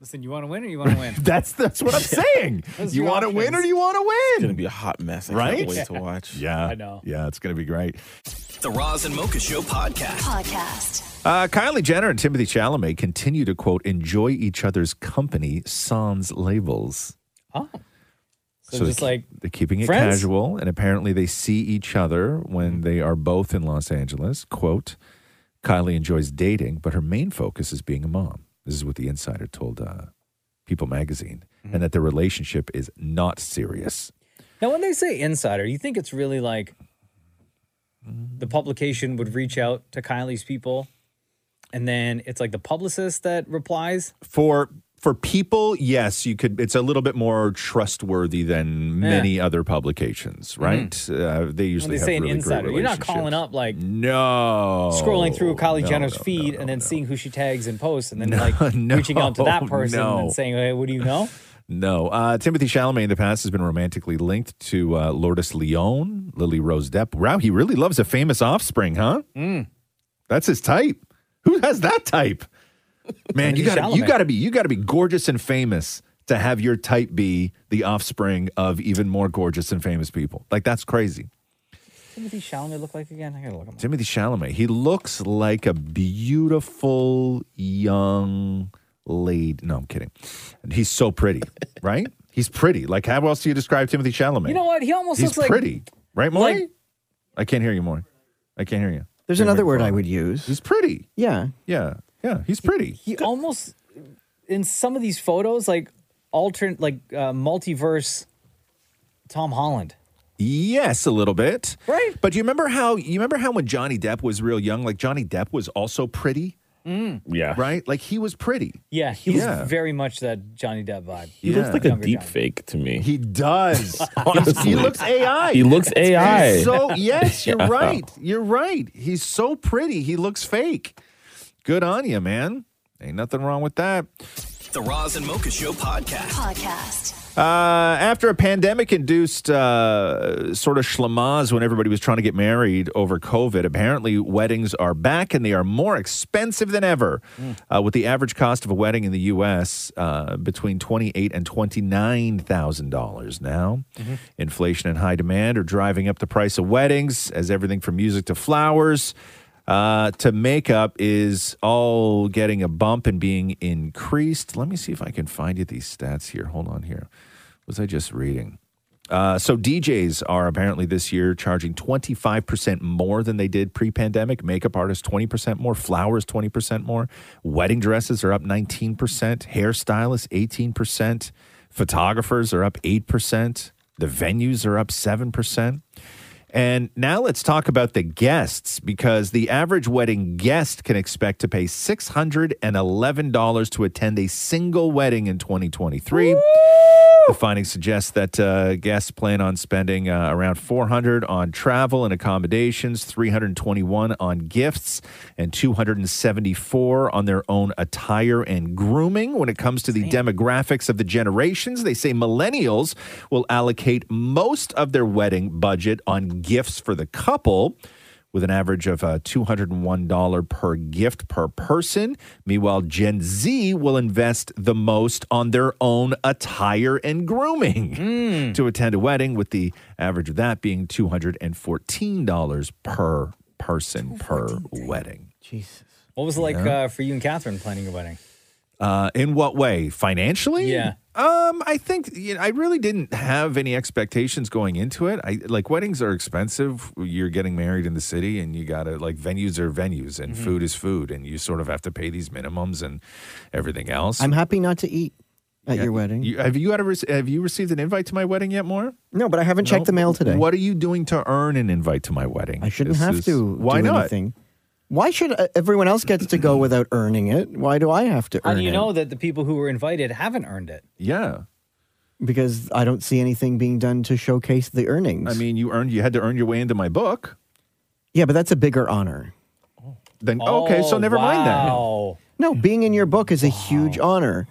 Speaker 7: listen. You want to win or you want to win?
Speaker 9: That's that's what I'm saying.
Speaker 7: Those are
Speaker 9: you
Speaker 7: your
Speaker 9: want to win or
Speaker 7: options.
Speaker 9: do you want
Speaker 11: It's
Speaker 9: to
Speaker 11: gonna
Speaker 9: win?
Speaker 11: be a hot mess. I
Speaker 9: Right?
Speaker 11: Can't wait to watch.
Speaker 9: Yeah,
Speaker 7: I know.
Speaker 9: Yeah, it's going to be great.
Speaker 3: The Roz and Mocha Show podcast.
Speaker 4: Podcast.
Speaker 9: Uh, Kylie Jenner and Timothy Chalamet continue to quote enjoy each other's company sans labels.
Speaker 7: Oh. So,
Speaker 9: they
Speaker 7: just
Speaker 9: ke-
Speaker 7: like
Speaker 9: they're keeping it
Speaker 7: friends? Mm-hmm.
Speaker 9: casual, and apparently they see each other when they are both in Los Angeles. Quote, Kylie enjoys dating, but her main focus is being a mom. This is what the insider told uh, People magazine,
Speaker 7: Mm-hmm.
Speaker 9: and that their relationship is not serious.
Speaker 7: Now, when they say insider, you think it's really like the publication would reach out to Kylie's people, and then it's like the publicist that replies.
Speaker 9: For for people, yes, you could. It's a little bit more trustworthy than
Speaker 7: Yeah.
Speaker 9: many other publications, right? Uh, they
Speaker 7: When
Speaker 9: usually
Speaker 7: they
Speaker 9: have
Speaker 7: say an
Speaker 9: really
Speaker 7: insider,
Speaker 9: great
Speaker 7: you're not
Speaker 9: relationships.
Speaker 7: calling up like
Speaker 9: No,
Speaker 7: scrolling through Kylie
Speaker 9: no,
Speaker 7: Jenner's
Speaker 9: no.
Speaker 7: feed and then seeing who she tags and posts, and then like
Speaker 9: no,
Speaker 7: reaching out to that person
Speaker 9: no.
Speaker 7: and saying, "Hey, what do you know?"
Speaker 9: No. Uh, Timothy Chalamet in the past has been romantically linked to uh, Lourdes Leon, Lily Rose Depp. Wow, he really loves a famous offspring, huh?
Speaker 7: Mm.
Speaker 9: That's his type. Who has that type? Man, you
Speaker 7: Timothy
Speaker 9: gotta, you
Speaker 7: Chalamet.
Speaker 9: gotta be you gotta be gorgeous and famous to have your type be the offspring of even more gorgeous and famous people. Like that's crazy.
Speaker 7: Timothy Chalamet look like again? I gotta look him.
Speaker 9: Timothy Chalamet, he looks like a beautiful young lady. No, I'm kidding. He's so pretty, right? He's pretty. Like how else do you describe Timothy Chalamet?
Speaker 7: You know what? He almost
Speaker 9: He's
Speaker 7: looks like
Speaker 9: pretty, right, Maury? I can't hear you, Maury. I can't hear you.
Speaker 13: There's another word I would use.
Speaker 9: He's pretty.
Speaker 13: Yeah.
Speaker 9: Yeah, yeah. He's pretty.
Speaker 7: he almost in some of these photos like alternate like uh, multiverse Tom Holland.
Speaker 9: Yes, a little bit.
Speaker 7: Right.
Speaker 9: But you remember how you remember how when Johnny Depp was real young, like Johnny Depp was also pretty,
Speaker 7: Mm.
Speaker 9: yeah, right? Like he was pretty.
Speaker 7: Yeah, he
Speaker 9: Yeah.
Speaker 7: was very much that Johnny Depp vibe.
Speaker 11: He looks like a
Speaker 7: Younger
Speaker 11: deep
Speaker 7: Johnny.
Speaker 11: fake to me.
Speaker 9: He does.
Speaker 11: Honestly.
Speaker 9: He looks AI.
Speaker 11: He looks AI.
Speaker 9: He's so yes, you're
Speaker 11: Yeah.
Speaker 9: right. You're right. He's so pretty. He looks fake. Good on you, man. Ain't nothing wrong with that.
Speaker 3: The Roz and Mocha Show podcast. Podcast.
Speaker 9: Uh, after a pandemic induced uh, sort of schlamaz when everybody was trying to get married over COVID, apparently weddings are back and they are more expensive than ever. Uh, with the average cost of a wedding in the U.S. Uh, between twenty-eight and twenty-nine thousand dollars now, inflation and high demand are driving up the price of weddings as everything from music to flowers uh, to makeup is all getting a bump and being increased. Let me see if I can find you these stats here. Hold on here. Was I just reading? Uh, so DJs are apparently this year charging 25% more than they did pre-pandemic. Makeup artists 20% more, flowers 20% more. Wedding dresses are up 19%, hairstylists 18%, photographers are up 8%, the venues are up 7%. And now let's talk about the guests because the average wedding guest can expect to pay $611 to attend a single wedding in 2023. The findings suggest that uh, guests plan on spending uh, around 400 on travel and accommodations, 321 on gifts, and 274 on their own attire and grooming. When it comes to the demographics of the generations, they say millennials will allocate most of their wedding budget on gifts for the couple with an average of uh, $201 per gift per person. Meanwhile, Gen Z will invest the most on their own attire and grooming to attend a wedding, with the average of that being $214 per person per wedding.
Speaker 13: Jesus.
Speaker 7: What was it like
Speaker 9: Yeah.
Speaker 7: uh, for you and Catherine planning a wedding?
Speaker 9: Uh, in what way? Financially?
Speaker 7: Yeah.
Speaker 9: Um, I think you know, I really didn't have any expectations going into it. I like weddings are expensive. You're getting married in the city, and you gotta like venues are venues, and
Speaker 13: Mhm.
Speaker 9: food is food, and you sort of have to pay these minimums and everything else.
Speaker 13: I'm happy not to eat at
Speaker 9: Yeah,
Speaker 13: your wedding.
Speaker 9: you- have you had a re- have you received an invite to my wedding yet, more?
Speaker 13: no, but I haven't checked the mail today.
Speaker 9: What are you doing to earn an invite to my wedding? I
Speaker 13: shouldn't have to
Speaker 9: Why
Speaker 13: do
Speaker 9: not?
Speaker 13: anything. Why should uh, everyone else gets to go without earning it? Why do I have to earn
Speaker 7: How do you
Speaker 13: it?
Speaker 7: know that the people who were invited haven't earned it?
Speaker 9: Yeah.
Speaker 13: Because I don't see anything being done to showcase the earnings.
Speaker 9: I mean, you earned you had to earn your way into my book.
Speaker 13: yeah, but that's a bigger honor.
Speaker 9: Oh. Then okay, so never mind that.
Speaker 13: No, being in your book is a huge honor.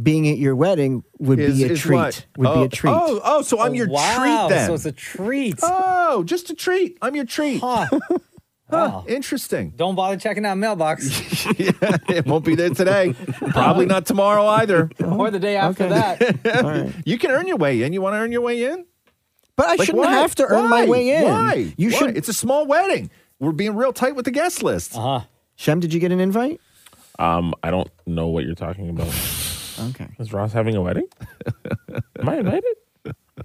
Speaker 13: Being at your wedding would
Speaker 9: Is-
Speaker 13: be a
Speaker 9: is
Speaker 13: treat.
Speaker 9: what?
Speaker 13: Would be
Speaker 9: Oh,
Speaker 13: a treat.
Speaker 9: Oh, oh, so I'm
Speaker 7: Oh,
Speaker 9: your
Speaker 7: wow,
Speaker 9: treat then.
Speaker 7: so it's a treat.
Speaker 9: Oh, just a treat. I'm your treat.
Speaker 7: Huh.
Speaker 9: Huh, Interesting.
Speaker 7: Don't bother checking out mailbox
Speaker 9: it won't be there today. Probably not tomorrow either.
Speaker 7: or the day after that.
Speaker 9: You can earn your way in. You want to earn your way in?
Speaker 13: But I
Speaker 9: Like,
Speaker 13: shouldn't
Speaker 9: why?
Speaker 13: have to earn my
Speaker 9: Why?
Speaker 13: way in.
Speaker 9: Why?
Speaker 13: You
Speaker 9: Why?
Speaker 13: should.
Speaker 9: It's a small wedding. We're being real tight with the guest list.
Speaker 7: Uh-huh.
Speaker 13: Shem, did you get an invite?
Speaker 11: Um, I don't know what you're talking about.
Speaker 13: Okay.
Speaker 11: Is Ross having a wedding? Am I invited?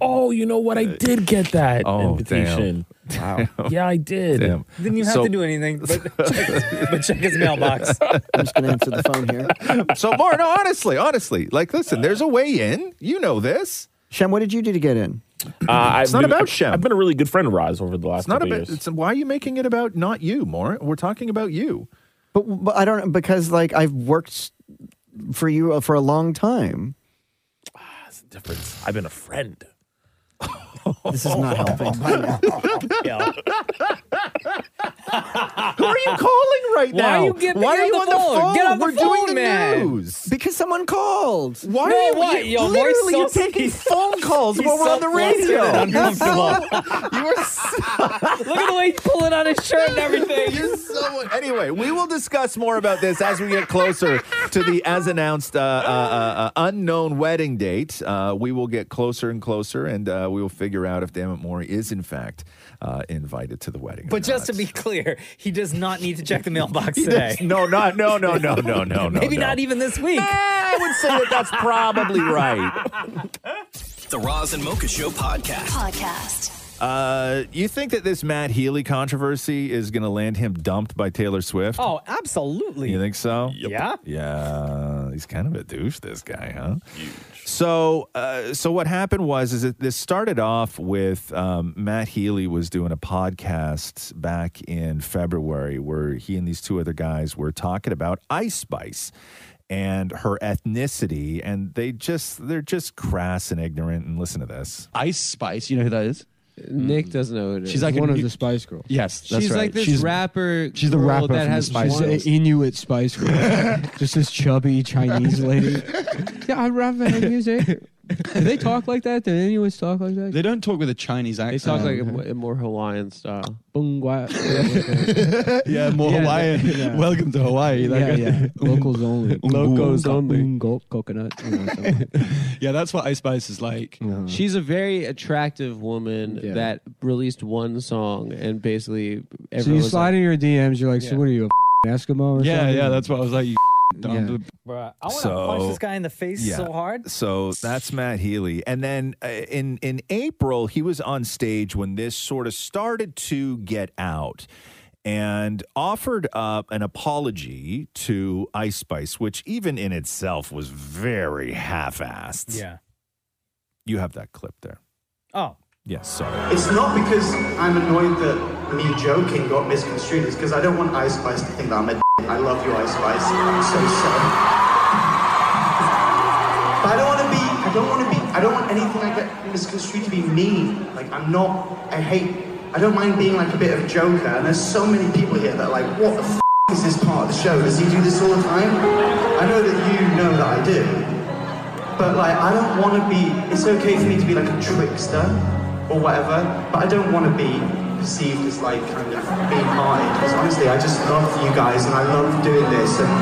Speaker 21: Oh, you know what? I did get that
Speaker 9: Oh,
Speaker 21: invitation.
Speaker 9: damn. Wow.
Speaker 21: Yeah, I did.
Speaker 9: Damn.
Speaker 7: Didn't you have
Speaker 9: So-
Speaker 7: to do anything but check, but check his mailbox.
Speaker 9: I'm just going to answer the phone here. so, Martin, honestly, honestly, like, listen, there's a way in. You know this.
Speaker 13: Shem, what did you do to get in?
Speaker 21: Uh,
Speaker 9: it's not
Speaker 21: been,
Speaker 9: about
Speaker 21: I've,
Speaker 9: Shem.
Speaker 21: I've been a really good friend of Roz over the last
Speaker 9: it's not
Speaker 21: couple
Speaker 9: about.
Speaker 21: years.
Speaker 9: It's, why are you making it about not you, More? We're talking about you.
Speaker 13: But, but I don't because like I've worked for you uh, for a long time.
Speaker 21: Difference. I've been a friend.
Speaker 13: This is not helping.
Speaker 21: Yeah.
Speaker 9: Who are you calling right
Speaker 21: Why
Speaker 9: now?
Speaker 21: are you getting-
Speaker 9: Why
Speaker 21: get
Speaker 9: are
Speaker 21: on
Speaker 9: you
Speaker 21: the
Speaker 9: on the
Speaker 21: phone.
Speaker 9: phone?
Speaker 21: Get on the
Speaker 9: We're doing
Speaker 21: phone,
Speaker 9: the
Speaker 21: man.
Speaker 9: news.
Speaker 13: Because someone called.
Speaker 9: Why
Speaker 21: No,
Speaker 9: are you,
Speaker 21: what?
Speaker 9: you-
Speaker 21: Yo, Maury's
Speaker 9: literally you're
Speaker 21: so-
Speaker 9: taking phone calls
Speaker 21: He's
Speaker 9: while we're
Speaker 21: so
Speaker 9: on the
Speaker 21: flustered
Speaker 9: radio?
Speaker 21: and
Speaker 9: uncomfortable. you are
Speaker 21: Look at the way he's pulling on his shirt and everything.
Speaker 9: You're so. Anyway, we will discuss more about this as we get closer to the as announced uh, uh, uh, uh, unknown wedding date. Uh, we will get closer and closer, and uh, we will figure out if Dammit Maury is in fact uh, invited to the wedding.
Speaker 7: But just to be clear, he does not need to check the mailbox
Speaker 9: He
Speaker 7: today.
Speaker 9: does- no, not no, no, no, no, no, no.
Speaker 7: Maybe
Speaker 9: no.
Speaker 7: not even this week.
Speaker 9: I would say that that's probably right.
Speaker 3: The Roz and Mocha Show podcast.
Speaker 4: Podcast.
Speaker 9: Uh, you think that this Matt Healy controversy is going to land him dumped by Taylor Swift?
Speaker 7: Oh, absolutely.
Speaker 9: You think so?
Speaker 7: Yeah.
Speaker 9: Yeah. He's kind of a douche, this guy, huh? So, uh, so what happened was, is that this started off with um, Matt Healy was doing a podcast back in February where he and these two other guys were talking about Ice Spice and her ethnicity, and they just they're just crass and ignorant. And listen to this.
Speaker 22: Ice Spice. You know who that is?
Speaker 23: Nick doesn't know who it is.
Speaker 22: She's like a
Speaker 23: one of
Speaker 22: new-
Speaker 23: the Spice Girls.
Speaker 22: Yes, that's
Speaker 23: she's
Speaker 22: right.
Speaker 23: like this
Speaker 22: She's-
Speaker 23: rapper.
Speaker 22: she's the
Speaker 23: girl
Speaker 22: rapper
Speaker 23: that
Speaker 22: from
Speaker 23: has
Speaker 22: the Spice
Speaker 23: one-
Speaker 22: Girls.
Speaker 23: Inuit Spice Girl. Just this chubby Chinese lady. yeah, I rap and I music. Do they talk like that? Do Inuits talk like that?
Speaker 22: They don't talk with a Chinese accent.
Speaker 23: They talk like a, a more Hawaiian style. Boom, gua-
Speaker 22: yeah, more
Speaker 23: Yeah,
Speaker 22: Hawaiian.
Speaker 23: yeah.
Speaker 22: Welcome to Hawaii. That
Speaker 23: yeah,
Speaker 22: kind of-
Speaker 23: yeah. Locals only.
Speaker 22: Locals
Speaker 23: Boom, go-
Speaker 22: only.
Speaker 23: boom, go- coconut. you know, Uh-huh. something.
Speaker 22: yeah, that's what Ice Spice is like.
Speaker 23: She's a very attractive woman
Speaker 22: Yeah.
Speaker 23: that released one song and basically So everyone you was slide like, in your DMs, you're like, Yeah. so what are you, a Eskimo or Yeah, something? yeah,
Speaker 22: that's what I was like. You
Speaker 23: Yeah.
Speaker 7: Bruh, I want to punch this guy in the face
Speaker 9: yeah.
Speaker 7: so hard.
Speaker 9: So that's Matt Healy. And then uh, in in April, he was on stage when this sort of started to get out and offered up an apology to Ice Spice, which even in itself was very half-assed.
Speaker 7: Yeah.
Speaker 9: You have that clip there.
Speaker 7: Oh.
Speaker 9: Yes, sorry.
Speaker 24: It's not because I'm annoyed that me joking got misconstrued. It's because I don't want Ice Spice to think that I'm a d- I love you, Ice Spice. I'm so sorry. But I don't want to be. I don't want to be. I don't want anything I get misconstrued to be mean. Like I'm not. I hate. I don't mind being like a bit of a joker. And there's so many people here that are like, what the f- is this part of the show? Does he do this all the time? I know that you know that I do. But like, I don't want to be. It's okay for me to be like a trickster or whatever. But I don't want to be perceived as like kind of being hearted. Because honestly, I just love you guys and I love doing this. And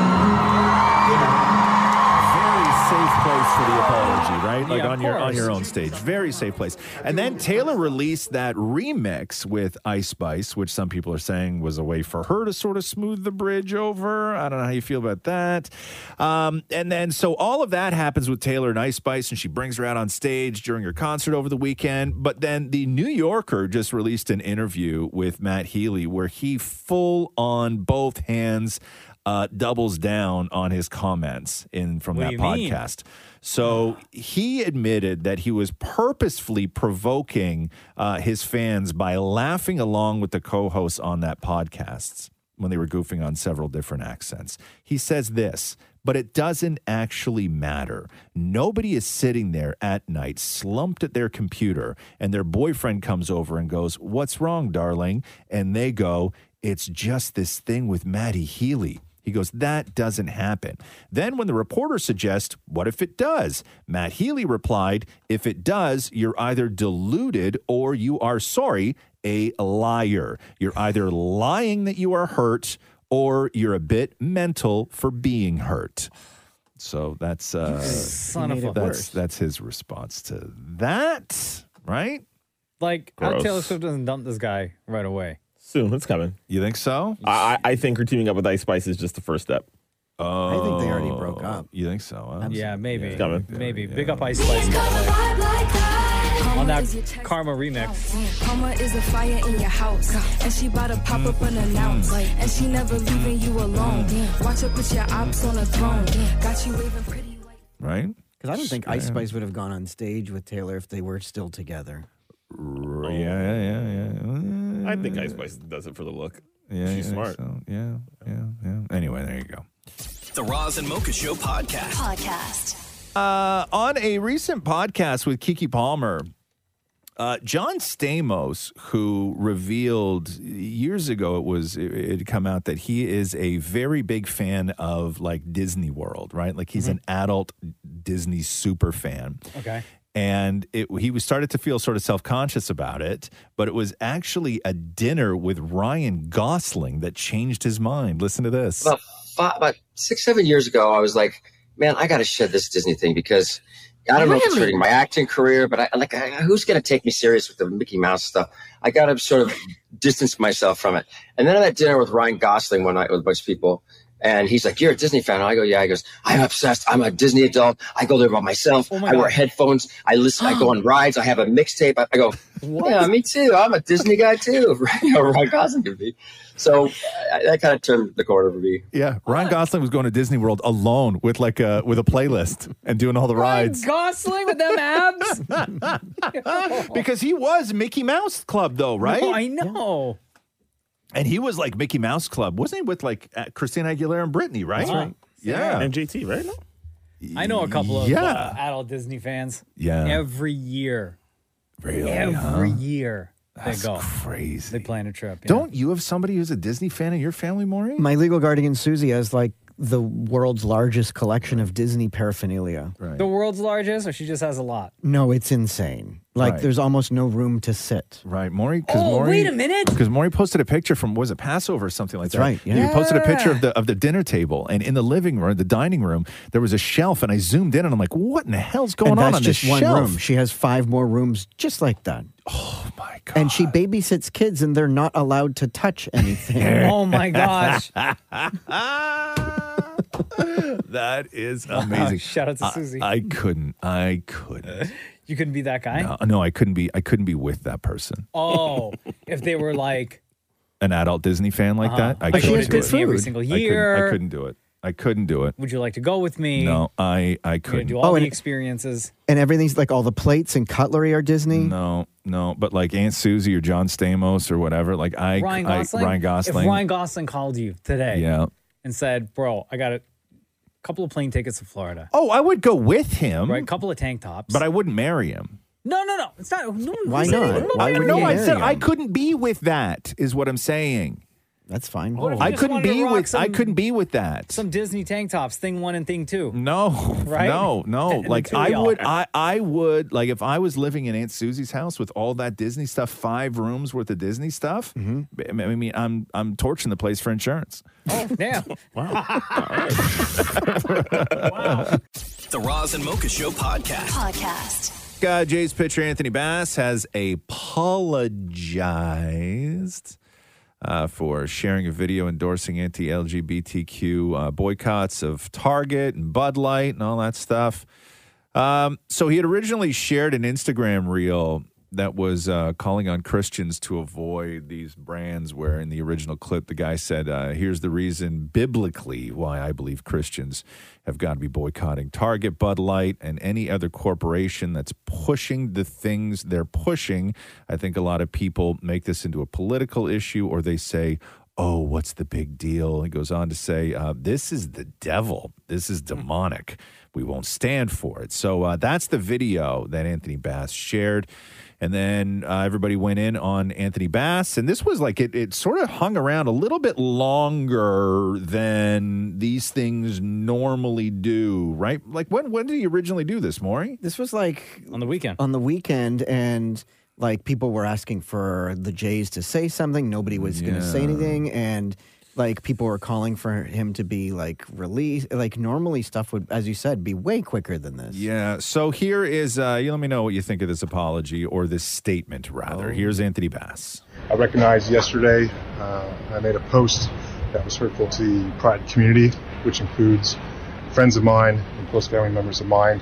Speaker 24: you know.
Speaker 9: Very safe place for the apology, right? Like
Speaker 24: Yeah, of
Speaker 9: on your on
Speaker 24: course.
Speaker 9: your own stage. Very safe place. And then Taylor released that remix with Ice Spice, which some people are saying was a way for her to sort of smooth the bridge over. I don't know how you feel about that. Um, and then so all of that happens with Taylor and Ice Spice, and she brings her out on stage during her concert over the weekend. But then the New Yorker just released an interview with Matt Healy where he full on both hands uh, doubles down on his comments in from
Speaker 1: What
Speaker 9: that
Speaker 1: do you mean?
Speaker 9: podcast. So he admitted that he was purposefully provoking uh, his fans by laughing along with the co-hosts on that podcast when they were goofing on several different accents. He says this, but it doesn't actually matter. Nobody is sitting there at night slumped at their computer and their boyfriend comes over and goes, "What's wrong, darling?" and they go, "It's just this thing with Maddie Healy." He goes, That doesn't happen. Then, when the reporter suggests, What if it does? Matt Healy replied, If it does, you're either deluded or you are sorry, a liar. You're either lying that you are hurt or you're a bit mental for being hurt. So that's uh,
Speaker 7: son of a
Speaker 9: that's
Speaker 7: worse.
Speaker 9: that's his response to that, right?
Speaker 7: Like, how
Speaker 9: Gross.
Speaker 7: Taylor Swift doesn't dump this guy right away.
Speaker 11: Soon, it's coming.
Speaker 9: You think so?
Speaker 11: I, I I think her teaming up with Ice Spice is just the first step.
Speaker 9: Oh,
Speaker 11: I think
Speaker 9: they already broke up. You think so? Huh?
Speaker 7: Yeah, maybe.
Speaker 11: It's coming.
Speaker 7: Maybe. Big up Ice Spice. by the way.
Speaker 6: Vibe like that.
Speaker 7: on that Karma remix.
Speaker 2: Mm. Karma is a fire in your house. And she bout to pop up unannounced. And she never leaving you alone. Watch her put your ops on a throne. Got you waving pretty.
Speaker 9: right?
Speaker 13: Because I don't think Ice
Speaker 9: Yeah.
Speaker 13: Spice would have gone on stage with Taylor if they were still together.
Speaker 9: Yeah, yeah, yeah, yeah.
Speaker 11: I think Ice Spice does it Oh. for the look.
Speaker 9: Yeah,
Speaker 11: She's
Speaker 9: I think
Speaker 11: smart.
Speaker 9: so. Yeah, yeah, yeah. Anyway, there you go.
Speaker 3: The Roz and Mocha Show podcast.
Speaker 4: Podcast.
Speaker 9: Uh, on a recent podcast with Kiki Palmer, uh, John Stamos, who revealed years ago, it was it, it had come out that he is a very big fan of like Disney World, right? Like he's an adult Disney super fan.
Speaker 7: Okay.
Speaker 9: and it, he was started to feel sort of self-conscious about it but it was actually a dinner with ryan gosling that changed his mind listen to this
Speaker 5: About five, about six, seven years ago, I was like, man, I got to shed this Disney thing because I don't know if it's
Speaker 8: Really?
Speaker 5: hurting my acting career, but I like, I, who's going to take me serious with the Mickey Mouse stuff? I got to sort of distance myself from it. And then I had dinner with Ryan Gosling one night with a bunch of people. And he's like, "You're a Disney fan." And I go, "Yeah." He goes, "I'm obsessed. I'm a Disney adult. I go there by myself. Oh my I wear God. headphones. I listen. I go on rides. I have a mixtape. I, I go, yeah, Uh, me too. I'm a Disney guy too. Right? You know, Ryan Gosling could be. So I, that kind of turned the corner for me.
Speaker 9: yeah ryan gosling was going to disney world alone with like a with a playlist and doing all the rides
Speaker 7: Gosling with them abs.
Speaker 9: because he was mickey mouse club though right
Speaker 7: I know
Speaker 9: and he was like mickey mouse club wasn't he with like uh, christina aguilera and britney right,
Speaker 7: That's right.
Speaker 9: yeah
Speaker 7: And
Speaker 9: jt right
Speaker 7: I know a couple of
Speaker 9: Yeah.
Speaker 7: uh, adult Disney fans.
Speaker 9: Yeah.
Speaker 7: Every year.
Speaker 9: Really,
Speaker 7: Every
Speaker 9: huh?
Speaker 7: year.
Speaker 9: That's
Speaker 7: they go.
Speaker 9: crazy.
Speaker 7: They plan a trip. yeah.
Speaker 9: don't you have somebody who's a disney fan in your family maureen
Speaker 13: My legal guardian Susie has like the world's largest collection of Disney paraphernalia. Right.
Speaker 7: The world's largest, or she just has a lot.
Speaker 13: No, it's insane. Like
Speaker 9: Right.
Speaker 13: there's almost no room to sit.
Speaker 9: Right, Maury. Because
Speaker 7: Oh,
Speaker 9: Maury,
Speaker 7: wait a minute.
Speaker 9: Because Maury posted a picture from was it Passover or something like
Speaker 13: That's
Speaker 9: that.
Speaker 13: right, yeah.
Speaker 9: He posted a picture
Speaker 13: Yeah.
Speaker 9: of the of the dinner table, and in the living room, the dining room, there was a shelf, and I zoomed in, and I'm like, what in the hell's going
Speaker 13: and
Speaker 9: on
Speaker 13: that's
Speaker 9: on
Speaker 13: just
Speaker 9: this
Speaker 13: one
Speaker 9: shelf?
Speaker 13: room. She has five more rooms just like that. Oh my god! And she babysits kids, and they're not allowed to touch anything.
Speaker 7: Oh my gosh.
Speaker 9: that is amazing.
Speaker 7: Oh, Shout out to
Speaker 9: I-
Speaker 7: Susie. Uh,
Speaker 9: I, couldn't. I couldn't.
Speaker 7: You couldn't be that guy.
Speaker 9: No, no, I couldn't be. I couldn't be with that person.
Speaker 7: Oh, if they were like,
Speaker 9: An adult Disney fan like
Speaker 7: Uh-huh.
Speaker 9: that. I
Speaker 7: But she
Speaker 9: couldn't
Speaker 7: has
Speaker 9: do
Speaker 7: good
Speaker 9: it.
Speaker 7: food. Every single
Speaker 9: I couldn't-
Speaker 7: year.
Speaker 9: I couldn't do it. I couldn't do it.
Speaker 7: would you like to go with me?
Speaker 9: No, I I
Speaker 7: You're gonna
Speaker 9: couldn't.
Speaker 7: do all
Speaker 13: Oh,
Speaker 7: the
Speaker 13: and-
Speaker 7: experiences.
Speaker 13: and everything's like all the plates and cutlery are Disney.
Speaker 9: No, no, but like Aunt Susie or John Stamos or whatever, like I,
Speaker 7: Ryan
Speaker 9: I-
Speaker 7: Gosling.
Speaker 9: Ryan Gosling.
Speaker 7: If Ryan Gosling called you today,
Speaker 9: yeah.
Speaker 7: and said, "Bro, I got a couple of plane tickets to Florida,
Speaker 9: Oh, I would go with him,
Speaker 7: right? A couple of tank tops."
Speaker 9: but I wouldn't marry him.
Speaker 7: no, no, no. It's not. No, one-
Speaker 9: Why
Speaker 7: it's
Speaker 9: not?
Speaker 7: even-
Speaker 9: Why would- no,
Speaker 7: you
Speaker 9: I
Speaker 7: marry
Speaker 9: said I
Speaker 7: him?
Speaker 9: couldn't be with that. Is what I'm saying.
Speaker 13: That's fine.
Speaker 7: What if you
Speaker 9: I
Speaker 7: just
Speaker 9: couldn't
Speaker 7: wanted to
Speaker 9: be
Speaker 7: rock
Speaker 9: with. I
Speaker 7: some-
Speaker 9: couldn't be with that.
Speaker 7: Some Disney tank tops, thing one and thing two.
Speaker 9: No,
Speaker 7: right?
Speaker 9: No, no.
Speaker 7: And the
Speaker 9: Like
Speaker 7: two of
Speaker 9: I
Speaker 7: y'all.
Speaker 9: would, I, I would like if I was living in Aunt Susie's house with all that Disney stuff, five rooms worth of Disney stuff. I mean- I mean, I'm I'm torching the place for insurance.
Speaker 7: Oh, damn.
Speaker 9: wow.
Speaker 3: The Roz and Mocha Show podcast. Podcast.
Speaker 9: Uh, Jay's pitcher Anthony Bass has apologized uh, for sharing a video endorsing anti-LGBTQ uh, boycotts of Target and Bud Light and all that stuff. Um, so he had originally shared an Instagram reel that was uh, calling on Christians to avoid these brands. Where in the original clip, the guy said, uh, "Here's the reason biblically why I believe Christians have got to be boycotting Target, Bud Light, and any other corporation that's pushing the things they're pushing." I think a lot of people make this into a political issue, or they say. Oh, what's the big deal? He goes on to say, uh, This is the devil. This is demonic we won't stand for it. So uh, that's the video that Anthony Bass shared. And then uh, everybody went in on Anthony Bass. And this was like, it, it sort of hung around a little bit longer than these things normally do, right? Like, when, when did he originally do this, Maury?
Speaker 13: This was like
Speaker 7: on the weekend.
Speaker 13: On the weekend, and like people were asking for the Jays to say something. Nobody was going to say
Speaker 9: Yeah.
Speaker 13: anything, and like people were calling for him to be like released. Like normally, stuff would, as you said, be way quicker than this.
Speaker 9: Yeah. So here is, uh, you let me know what you think of this apology or this statement, rather. Here's Anthony Bass.
Speaker 10: I recognized yesterday uh, I made a post that was hurtful to the Pride community, which includes friends of mine and close family members of mine,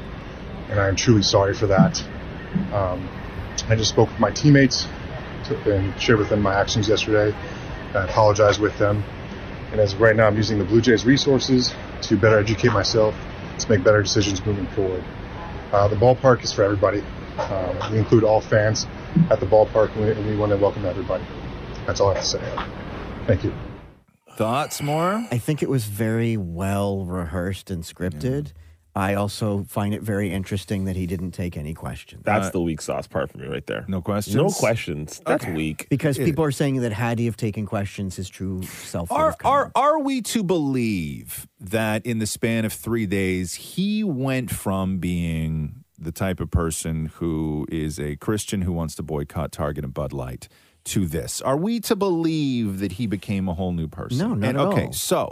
Speaker 10: and I am truly sorry for that. Um, I just spoke with my teammates to- and shared with them my actions yesterday. I apologized with them. And as of right now, I'm using the Blue Jays resources to better educate myself to make better decisions moving forward. Uh, the ballpark is for everybody. Um, we include all fans at the ballpark, and we, and we want to welcome everybody. That's all I have to say. Thank you.
Speaker 9: Thoughts more?
Speaker 13: I think it was very well rehearsed and scripted. I also find it very interesting that he didn't take any questions.
Speaker 10: Uh,
Speaker 19: That's the weak sauce part for me right there.
Speaker 9: No questions.
Speaker 19: No questions. That's weak.
Speaker 13: Because people are saying that had he have taken questions, his true self would
Speaker 9: Are, are, are we to believe that in the span of three days, he went from being the type of person who is a Christian who wants to boycott Target and Bud Light to this? Are we to believe that he became a whole new person?
Speaker 13: No, not
Speaker 9: and,
Speaker 13: at
Speaker 9: Okay,
Speaker 13: all.
Speaker 9: so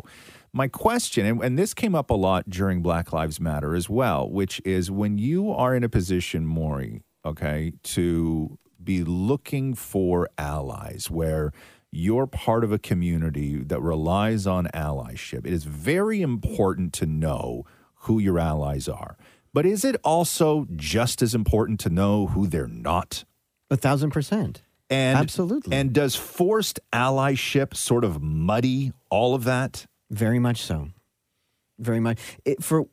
Speaker 9: my question, and, and this came up a lot during Black Lives Matter as well, which is when you are in a position, Maury, okay, to be looking for allies where you're part of a community that relies on allyship, it is very important to know who your allies are. But is it also just as important to know who they're not?
Speaker 13: A thousand percent.
Speaker 9: And absolutely. And does forced allyship sort of muddy all of that?
Speaker 13: Very much so. Very much it, for.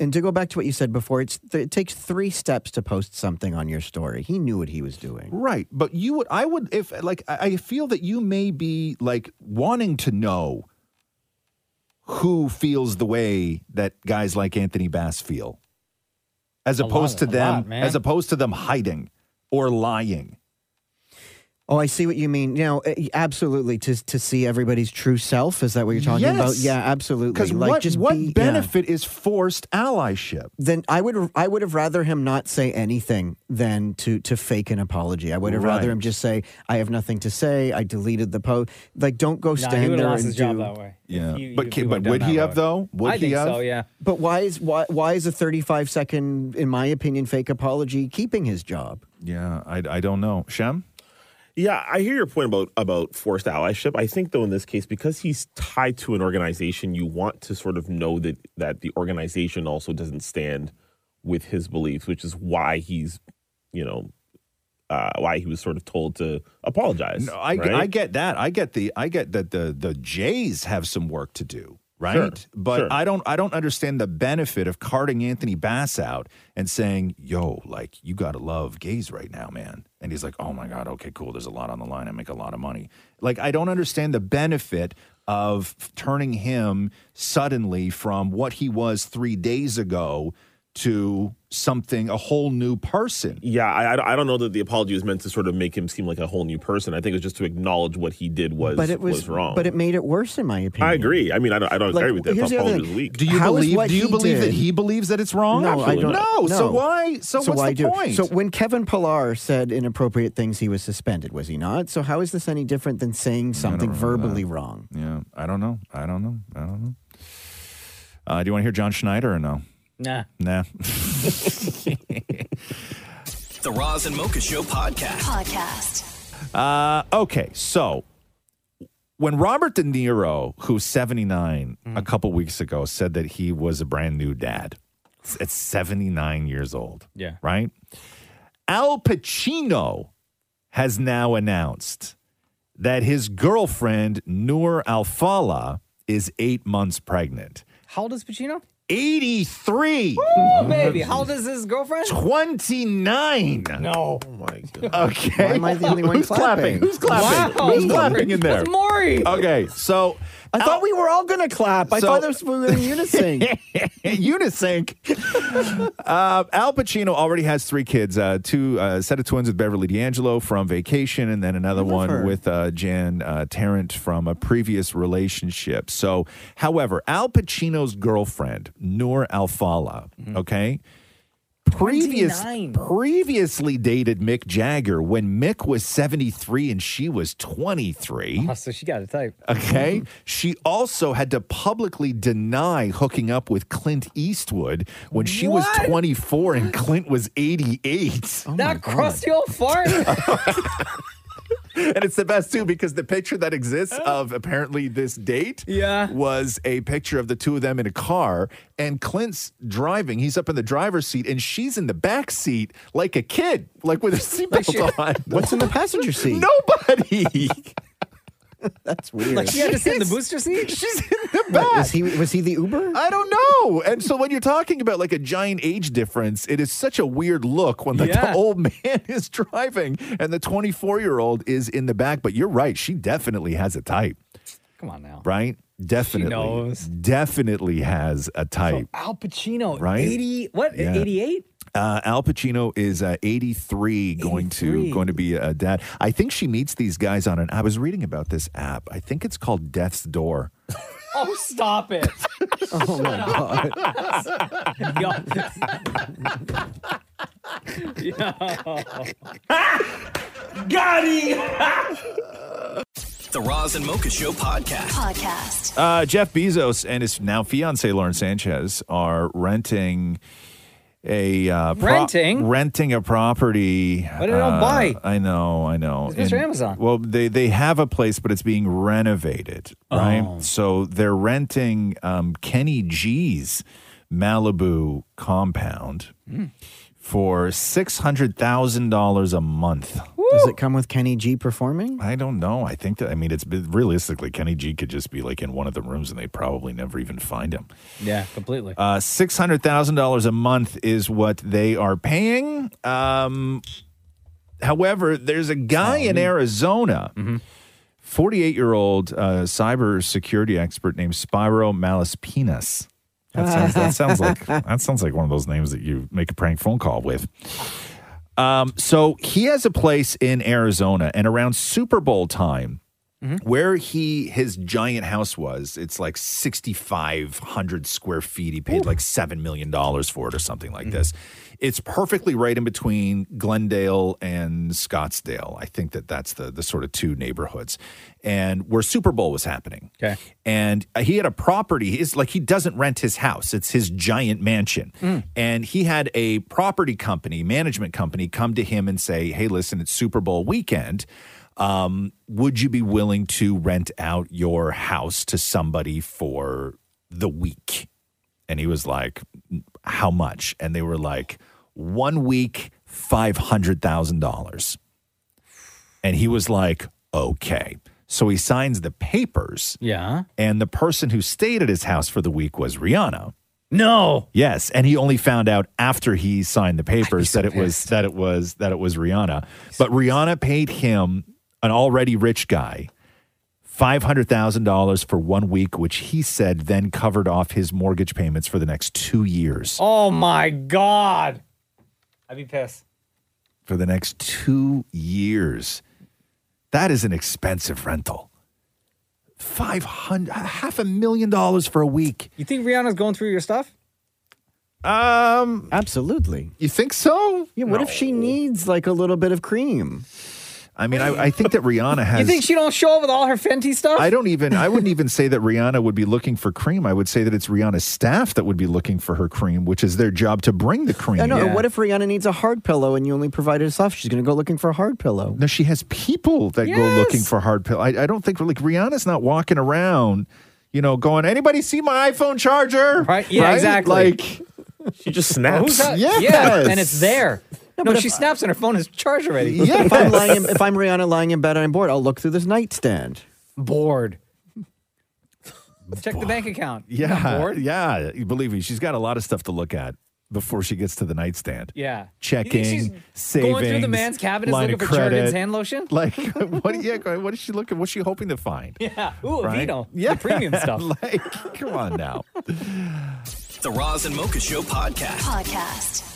Speaker 13: And to go back to what you said before, it's th- it takes three steps to post something on your story. He knew what he was doing.
Speaker 9: Right. But you would, I would, if like, I I feel that you may be like wanting to know who feels the way that guys like Anthony Bass feel, as
Speaker 13: A lot,
Speaker 9: opposed to
Speaker 13: a
Speaker 9: them,
Speaker 13: lot, man.
Speaker 9: as opposed to them hiding or lying.
Speaker 13: Oh, I see what you mean. You know, eh, absolutely to to see everybody's true self. Is that what you're talking about?
Speaker 9: Yes.
Speaker 13: Yeah, absolutely.
Speaker 9: Because what, what
Speaker 13: be- yeah.
Speaker 9: benefit is forced allyship?
Speaker 13: Then I would I would have rather him not say anything than to to fake an apology. I would have rather
Speaker 9: Right.
Speaker 13: him just say, "I have nothing to say. I deleted the post." Like, don't go
Speaker 7: he
Speaker 13: stand
Speaker 7: would've
Speaker 13: there
Speaker 7: lost
Speaker 13: and
Speaker 7: his
Speaker 13: do.
Speaker 7: job that way.
Speaker 9: Yeah,
Speaker 7: He-
Speaker 9: but
Speaker 7: he
Speaker 9: ca-
Speaker 7: would've
Speaker 9: but
Speaker 7: done
Speaker 9: would
Speaker 7: that
Speaker 9: he
Speaker 7: road.
Speaker 9: have though? Would
Speaker 7: I
Speaker 9: he
Speaker 7: think
Speaker 9: have?
Speaker 7: so. Yeah.
Speaker 13: But why is why why is a 35 second, in my opinion, fake apology keeping his job?
Speaker 9: Yeah, I, I don't know. Shem?
Speaker 19: Yeah, I hear your point about about forced allyship. I think though in this case, because he's tied to an organization, you want to sort of know that that the organization also doesn't stand with his beliefs, which is why he's, you know, uh, why he was sort of told to apologize.
Speaker 9: No, I,
Speaker 19: right?
Speaker 9: I get that. I get the I get that the the Jays have some work to do, right? but
Speaker 19: sure.
Speaker 9: I don't I don't understand the benefit of carting Anthony Bass out and saying, "Yo, like you got to love gays right now, man." And he's like, "Oh my god, okay, cool. There's a lot on the line. I make a lot of money." Like I don't understand the benefit of turning him suddenly from what he was 3 days ago to something a whole new person.
Speaker 19: Yeah, I, I- I don't know that the apology was meant to sort of make him seem like a whole new person. I think it was just to acknowledge what he did was
Speaker 13: but it was,
Speaker 19: wrong.
Speaker 13: But it made it worse, in my opinion.
Speaker 19: I agree. I mean, I don't, I don't
Speaker 13: Like,
Speaker 19: agree with that.
Speaker 13: here's
Speaker 19: The
Speaker 13: the other
Speaker 19: apology
Speaker 13: thing.
Speaker 19: was weak.
Speaker 9: Do you
Speaker 13: How is
Speaker 9: believe?
Speaker 13: what
Speaker 9: do you
Speaker 13: he
Speaker 9: believe that
Speaker 13: did-
Speaker 9: he believes that it's wrong?
Speaker 13: No, I don't.
Speaker 9: No. So why? So, what's
Speaker 13: why
Speaker 9: the
Speaker 13: do it?
Speaker 9: point?
Speaker 13: So when Kevin Pillar said inappropriate things, he was suspended, was he not? So how is this any different than saying something verbally wrong?
Speaker 9: yeah, I don't know. I don't know. I don't know. Uh, do you want to hear John Schneider or no?
Speaker 7: Nah.
Speaker 9: Nah.
Speaker 3: The Roz and Mocha Show podcast.
Speaker 4: Podcast.
Speaker 9: Uh, okay, so when Robert De Niro, who's 79, a couple weeks ago said that he was a brand new dad at 79 years old.
Speaker 7: Yeah.
Speaker 9: Right? Al Pacino has now announced that his girlfriend, Noor Al Fala, is eight months pregnant.
Speaker 7: How old is Pacino?
Speaker 9: 83.
Speaker 7: Woo, baby. How old is his girlfriend?
Speaker 9: 29.
Speaker 19: No. Oh my God.
Speaker 9: Okay.
Speaker 7: Why am I the only one
Speaker 9: Who's clapping?
Speaker 7: clapping?
Speaker 9: Who's clapping?
Speaker 7: Wow.
Speaker 9: Who's
Speaker 7: Me.
Speaker 9: clapping in there?
Speaker 7: That's Maury.
Speaker 9: Okay, so I thought
Speaker 13: we were all gonna clap.
Speaker 9: I
Speaker 13: thought this was in
Speaker 9: unisync. unisync. uh, Al Pacino already has three kids: uh, two uh, set of twins with Beverly D'Angelo from Vacation, and then another one
Speaker 8: her.
Speaker 9: with uh, Jan uh, Tarrant from a previous relationship. So, however, Al Pacino's girlfriend Noor Al Fala, okay. Previous,
Speaker 7: 29.
Speaker 9: previously dated Mick Jagger when Mick was 73 and she was 23.
Speaker 7: Oh, so she got a type. Mm-hmm.
Speaker 9: Okay. She also had to publicly deny hooking up with Clint Eastwood when she was
Speaker 7: What?
Speaker 9: 24 and Clint was 88.
Speaker 7: that crusty old fart.
Speaker 9: and it's the best too because the picture that exists of apparently this date yeah. was a picture of the two of them in a car and Clint's driving. He's up in the driver's seat and she's in the back seat like a kid, like with a seatbelt on.
Speaker 13: What's in the passenger seat?
Speaker 9: Nobody.
Speaker 13: That's weird.
Speaker 7: Like she had to sit in the booster seat.
Speaker 9: She's in the back.
Speaker 13: Was he was he the Uber?
Speaker 9: I don't know. And so when you're talking about like a giant age difference, it is such a weird look when like
Speaker 7: Yeah.
Speaker 9: the old man is driving and the 24 year old is in the back. But you're right, she definitely has a type,
Speaker 7: Come on now.
Speaker 9: right? Definitely,
Speaker 7: knows.
Speaker 9: definitely has a type.
Speaker 7: Al Pacino,
Speaker 9: Right?
Speaker 7: 80, what,
Speaker 9: Yeah.
Speaker 7: 88?
Speaker 9: Uh, Al Pacino is uh, 83, going to
Speaker 7: 83.
Speaker 9: going to be a dad. I think she meets these guys on an. I was reading about this app. I think it's called Death's Door.
Speaker 7: Oh, stop it.
Speaker 9: Oh my
Speaker 7: Yo.
Speaker 3: Got The Roz and Mocha Show podcast.
Speaker 4: Podcast.
Speaker 9: Uh, Jeff Bezos and his now fiancee Lauren Sanchez are renting a uh,
Speaker 7: Renting?
Speaker 9: renting a property.
Speaker 7: But they don't
Speaker 9: uh,
Speaker 7: buy.
Speaker 9: I know, I know.
Speaker 7: It's Mr. Amazon.
Speaker 9: Well, they they have a place, but it's being renovated, right?
Speaker 7: Oh.
Speaker 9: So they're renting um, Kenny G's Malibu compound
Speaker 7: Hmm.
Speaker 9: for six hundred thousand dollars a month.
Speaker 13: Does it come with Kenny G performing?
Speaker 9: I don't know. I think that I mean it's realistically Kenny G could just be like in one of the rooms and they probably never even find him.
Speaker 7: Yeah, completely.
Speaker 9: Uh, six hundred thousand dollars a month is what they are paying. Um, however, there's a guy in Arizona, 48 year old uh, cybersecurity expert named Spyro Malaspinas. That sounds, that sounds like that sounds like one of those names that you make a prank phone call with. Um, so he has a place in Arizona, and around Super Bowl time, where he his giant house was, it's like sixty five hundred square feet. He paid like seven million dollars for it, or something like this. It's perfectly right in between Glendale and Scottsdale. I think that that's the the sort of two neighborhoods, and where Super Bowl was happening
Speaker 7: Okay.
Speaker 9: and he had a property. It's like he doesn't rent his house; it's his giant mansion. And he had a property company, management company, come to him and say, "Hey, listen, it's Super Bowl weekend. Um, would you be willing to rent out your house to somebody for the week?" And he was like, "How much?" And they were like, "One week, five hundred thousand dollars." And he was like, "Okay." So he signs the papers.
Speaker 7: Yeah.
Speaker 9: And the person who stayed at his house for the week was Rihanna.
Speaker 7: No.
Speaker 9: Yes, and he only found out after he signed the papers that it was that it was that it was Rihanna. But Rihanna paid him an already rich guy five hundred thousand dollars for one week, which he said then covered off his mortgage payments for the next two years.
Speaker 7: Oh my God. I'd be pissed.
Speaker 9: For the next two years, that is an expensive rental. Five hundred, half a million dollars for a week.
Speaker 7: You think Rihanna's going through your stuff?
Speaker 9: Um,
Speaker 13: absolutely.
Speaker 9: You think so?
Speaker 13: Yeah. What if she needs like a little bit of cream?
Speaker 9: I mean, I, I think that Rihanna has.
Speaker 7: you think she don't show up with all her Fenty stuff?
Speaker 9: I don't even. I wouldn't even say that Rihanna would be looking for cream. I would say that it's Rihanna's staff that would be looking for her cream, which is their job to bring the cream.
Speaker 13: I know. What if Rihanna needs a hard pillow and you only provide her soft? She's gonna go looking for a hard pillow.
Speaker 9: No, she has people that go looking for hard pill. I, I don't think like Rihanna's not walking around, you know, going. Anybody see my iPhone charger? Right.
Speaker 7: yeah, exactly.
Speaker 9: Like
Speaker 11: she just
Speaker 7: Who's that?
Speaker 9: Yes.
Speaker 7: Yeah, and it's there. No, she snaps and her phone is charged already.
Speaker 13: If I'm lying, in, if I'm Rihanna lying in bed and I'm bored, I'll look through this nightstand.
Speaker 7: Bored. Check the bank account.
Speaker 9: Yeah. Yeah. Believe me, she's got a lot of stuff to look at before she gets to the nightstand.
Speaker 7: Yeah. You think
Speaker 9: Checking,
Speaker 7: she's
Speaker 9: savings,
Speaker 7: Going through the man's cabinets
Speaker 9: line
Speaker 7: looking for
Speaker 9: of credit.
Speaker 7: Jergens hand lotion?
Speaker 9: Like, what? Yeah, what is she looking? What's she hoping to find?
Speaker 7: Yeah. Ooh, a
Speaker 9: Right?
Speaker 7: Vino.
Speaker 9: Yeah.
Speaker 7: The premium stuff.
Speaker 9: like, come on now,
Speaker 3: The Roz and Mocha Show podcast.
Speaker 4: Podcast.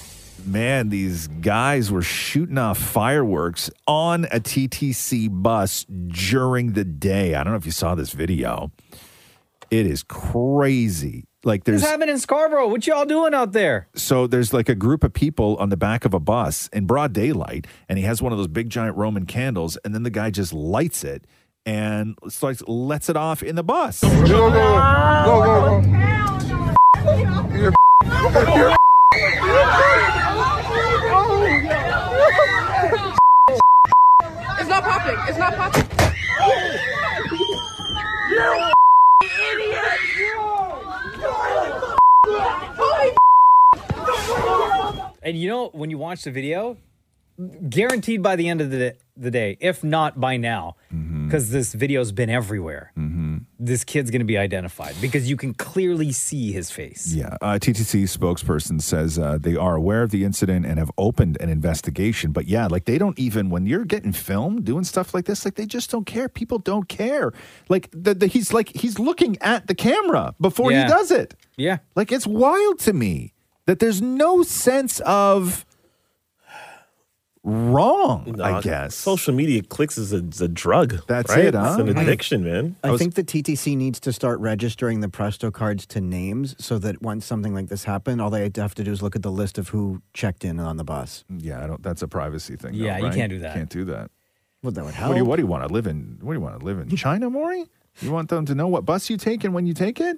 Speaker 9: man. These guys were shooting off fireworks on a TTC bus during the day. I don't know if you saw this video. It is crazy. Like,
Speaker 7: What's
Speaker 9: there's
Speaker 7: happening in Scarborough? What y'all doing out there?
Speaker 9: so there's like a group of people on the back of a bus in broad daylight, and he has one of those big giant Roman candles, and then the guy just lights it and starts lets it off in the bus.
Speaker 16: It's not not popping. It's not popping. you idiot!
Speaker 7: And you know, when you watch the video, guaranteed by the end of the day, the day if not by now,
Speaker 13: Mm-hmm.
Speaker 7: because this video's been everywhere, this kid's going to be identified because you can clearly see his face.
Speaker 9: Yeah. Uh, TTC spokesperson says uh, they are aware of the incident and have opened an investigation. But yeah, like they don't even, when you're getting filmed doing stuff like this, like they just don't care. People don't care. Like the, the, he's like, he's looking at the camera before
Speaker 7: Yeah.
Speaker 9: he does it.
Speaker 7: Yeah.
Speaker 9: Like it's wild to me that there's no sense of wrong, I guess.
Speaker 11: uh, Social media clicks is a, is a drug.
Speaker 9: That's
Speaker 11: right?
Speaker 9: it, huh?
Speaker 11: It's an
Speaker 9: I-
Speaker 11: addiction, man.
Speaker 13: I, think the TTC needs to start registering the Presto cards to names so that once something like this happened, all they have to do is look at the list of who checked in on the bus.
Speaker 9: Yeah, I don't. That's a privacy thing.
Speaker 13: Yeah, you can't do that.
Speaker 9: Can't do that.
Speaker 13: Well, that would
Speaker 9: What do you,
Speaker 13: help.
Speaker 9: what do you want to live in? What do you want to live in? China, Maury? You want them to know what bus you take and when you take it?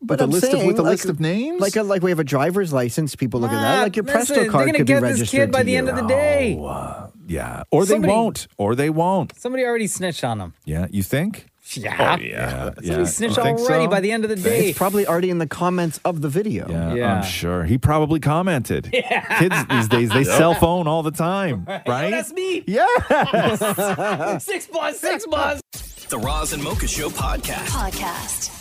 Speaker 9: With
Speaker 13: But
Speaker 9: a
Speaker 13: I'm
Speaker 9: list of
Speaker 13: saying,
Speaker 9: with a
Speaker 13: like-
Speaker 9: list of names.
Speaker 13: Like a, like we have a driver's license, people look at that.
Speaker 9: Ah,
Speaker 13: Like your
Speaker 9: listen,
Speaker 13: Presto
Speaker 9: they're
Speaker 13: card
Speaker 9: gonna
Speaker 13: could be
Speaker 9: get this
Speaker 13: registered
Speaker 7: Kid by
Speaker 13: to
Speaker 7: the
Speaker 13: you.
Speaker 7: end of the day.
Speaker 9: yeah, or they
Speaker 7: Somebody-
Speaker 9: won't, or they won't.
Speaker 7: Somebody already snitched on him.
Speaker 9: Yeah, you think?
Speaker 7: Yeah.
Speaker 9: Oh, yeah, uh,
Speaker 7: Somebody
Speaker 9: yeah.
Speaker 7: snitched
Speaker 9: You think
Speaker 7: already
Speaker 9: so?
Speaker 7: by the end of the day.
Speaker 13: It's probably already in the comments of the video.
Speaker 9: Yeah,
Speaker 7: Yeah.
Speaker 9: I'm sure he probably commented.
Speaker 7: Yeah.
Speaker 9: Kids these days they
Speaker 7: Yep.
Speaker 9: cell phone all the time, right?
Speaker 7: That's me.
Speaker 9: Yes.
Speaker 7: six buzz, six buzz.
Speaker 3: The Roz and Mocha Show podcast.
Speaker 4: Podcast.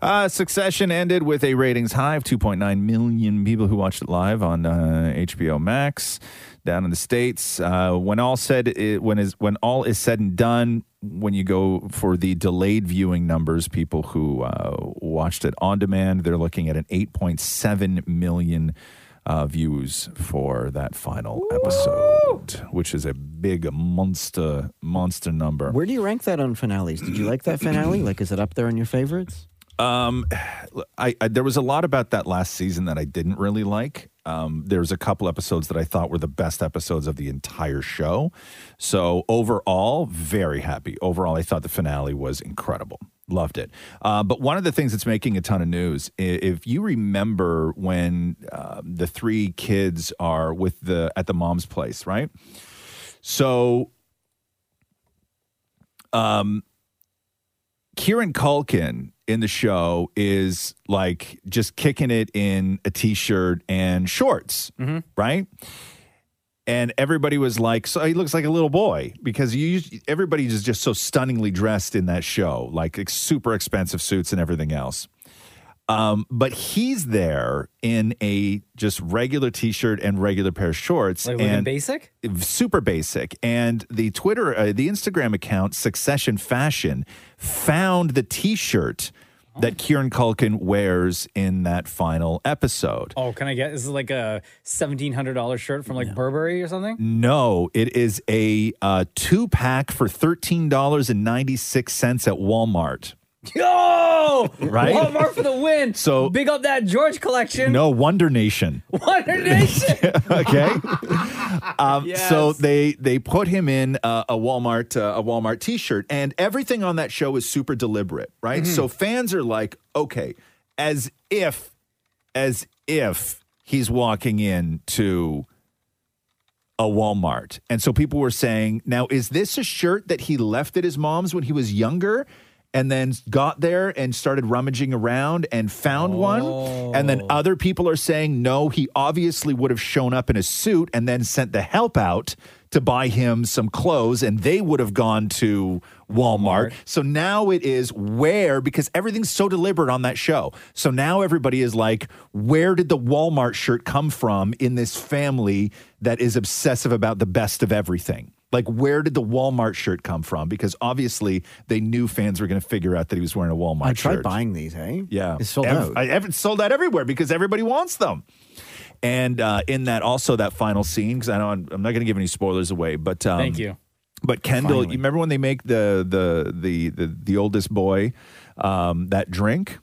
Speaker 9: Uh, Succession ended with a ratings high of 2.9 million people who watched it live on uh, HBO Max down in the states. Uh, when all said, it, when is when all is said and done, when you go for the delayed viewing numbers, people who uh, watched it on demand, they're looking at an 8.7 million uh, views for that final episode, which is a big monster monster number.
Speaker 13: Where do you rank that on finales? Did you like that finale? Like, is it up there in your favorites?
Speaker 9: Um, I, I there was a lot about that last season that I didn't really like. Um, there was a couple episodes that I thought were the best episodes of the entire show. So overall, very happy. Overall, I thought the finale was incredible. Loved it. Uh, but one of the things that's making a ton of news, i- if you remember when uh, the three kids are with the at the mom's place, right? So, um, Kieran Culkin in the show is like just kicking it in a t-shirt and shorts, Mm-hmm. right? And everybody was like, so he looks like a little boy because you everybody is just so stunningly dressed in that show, like ex- super expensive suits and everything else. Um, but he's there in a just regular t-shirt and regular pair of shorts
Speaker 7: Like looking
Speaker 9: and
Speaker 7: basic?
Speaker 9: super basic and the twitter uh, the instagram account succession fashion found the t-shirt that kieran culkin wears in that final episode
Speaker 7: Oh, can I get? This is like a seventeen hundred dollar shirt from like Burberry or something.
Speaker 9: no it is a uh, two-pack for $13.96 at walmart
Speaker 7: Yo,
Speaker 9: Right?
Speaker 7: Walmart for the win.
Speaker 9: So-
Speaker 7: big up that George collection.
Speaker 9: no wonder nation
Speaker 7: Wonder Nation.
Speaker 9: okay. Um, So they they put him in uh, a Walmart uh, a Walmart T-shirt, and everything on that show is super deliberate, right?
Speaker 7: Mm-hmm.
Speaker 9: So fans are like, okay, as if as if he's walking into a Walmart, and so people were saying, now is this a shirt that he left at his mom's when he was younger? And then got there and started rummaging around and found one. And then other people are saying, no, he obviously would have shown up in a suit and then sent the help out to buy him some clothes and they would have gone to Walmart. So now it is where, because everything's so deliberate on that show. So now everybody is like, where did the Walmart shirt come from in this family that is obsessive about the best of everything? Like, where did the Walmart shirt come from? Because obviously they knew fans were going to figure out that he was wearing a Walmart
Speaker 13: I
Speaker 9: shirt.
Speaker 13: tried buying these, hey?
Speaker 9: Yeah.
Speaker 13: It's sold
Speaker 9: Ev-
Speaker 13: out.
Speaker 9: I, ev- it's sold out everywhere because everybody wants them. And uh, in that, also that final scene, because I know I'm, I'm not going to give any spoilers away, but um,
Speaker 7: Thank you.
Speaker 9: But Kendall, you remember when they make the the the the, the oldest boy um, that drink?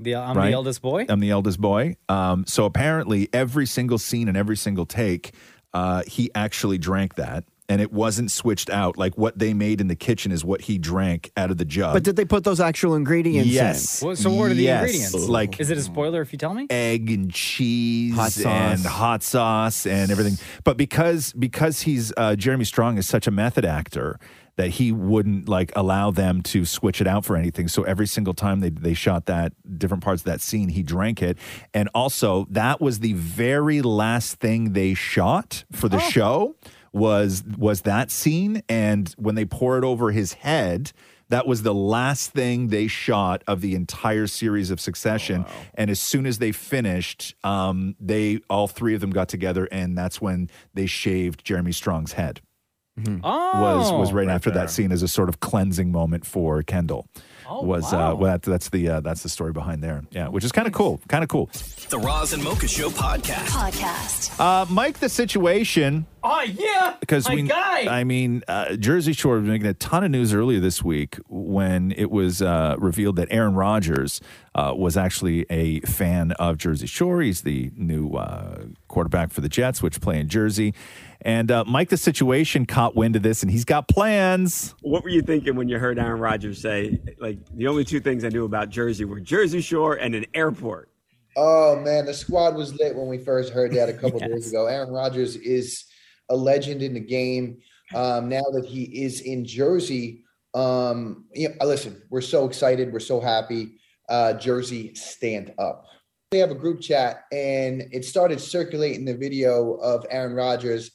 Speaker 7: The, I'm
Speaker 9: right?
Speaker 7: the eldest boy.
Speaker 9: I'm the eldest boy. Um, so apparently, every single scene and every single take, uh, he actually drank that. and it wasn't switched out. Like what they made in the kitchen is what he drank out of the jug.
Speaker 13: But did they put those actual ingredients
Speaker 9: Yes.
Speaker 13: in?
Speaker 7: What- so what are the
Speaker 9: Yes.
Speaker 7: ingredients?
Speaker 9: Like-
Speaker 7: is it a spoiler if you tell me?
Speaker 9: egg and cheese
Speaker 7: Hot sauce.
Speaker 9: and hot sauce and everything. But because because he's uh, Jeremy Strong is such a method actor that he wouldn't like allow them to switch it out for anything. So every single time they they shot that different parts of that scene, he drank it. And also that was the very last thing they shot for the show was was that scene and when they pour it over his head that was the last thing they shot of the entire series of Succession. And as soon as they finished, um, they all three of them got together, and that's when they shaved Jeremy Strong's head.
Speaker 7: Oh,
Speaker 9: was was right, after
Speaker 21: there.
Speaker 9: that scene as a sort of cleansing moment for Kendall. was uh, well, that, that's the uh, that's the story behind there. Yeah, which is kind of cool. Kind of cool.
Speaker 3: The Roz and Mocha Show podcast.
Speaker 4: Podcast.
Speaker 9: Uh, Mike, the situation.
Speaker 21: Oh yeah,
Speaker 9: because
Speaker 21: My
Speaker 9: we
Speaker 21: guy.
Speaker 9: I mean, uh, Jersey Shore was making a ton of news earlier this week when it was uh, revealed that Aaron Rodgers uh, was actually a fan of Jersey Shore. He's the new uh, quarterback for the Jets, which play in Jersey. And uh, Mike, the situation caught wind of this, and he's got plans.
Speaker 8: What were you thinking when you heard Aaron Rodgers say, like, the only two things I knew about Jersey were Jersey Shore and an airport?
Speaker 12: Oh man, the squad was lit when we first heard that a couple days ago. Aaron Rodgers is a legend in the game. Um, now that he is in Jersey, um, you know, listen, we're so excited, we're so happy. Uh, Jersey, stand up. They have a group chat, and it started circulating the video of Aaron Rodgers,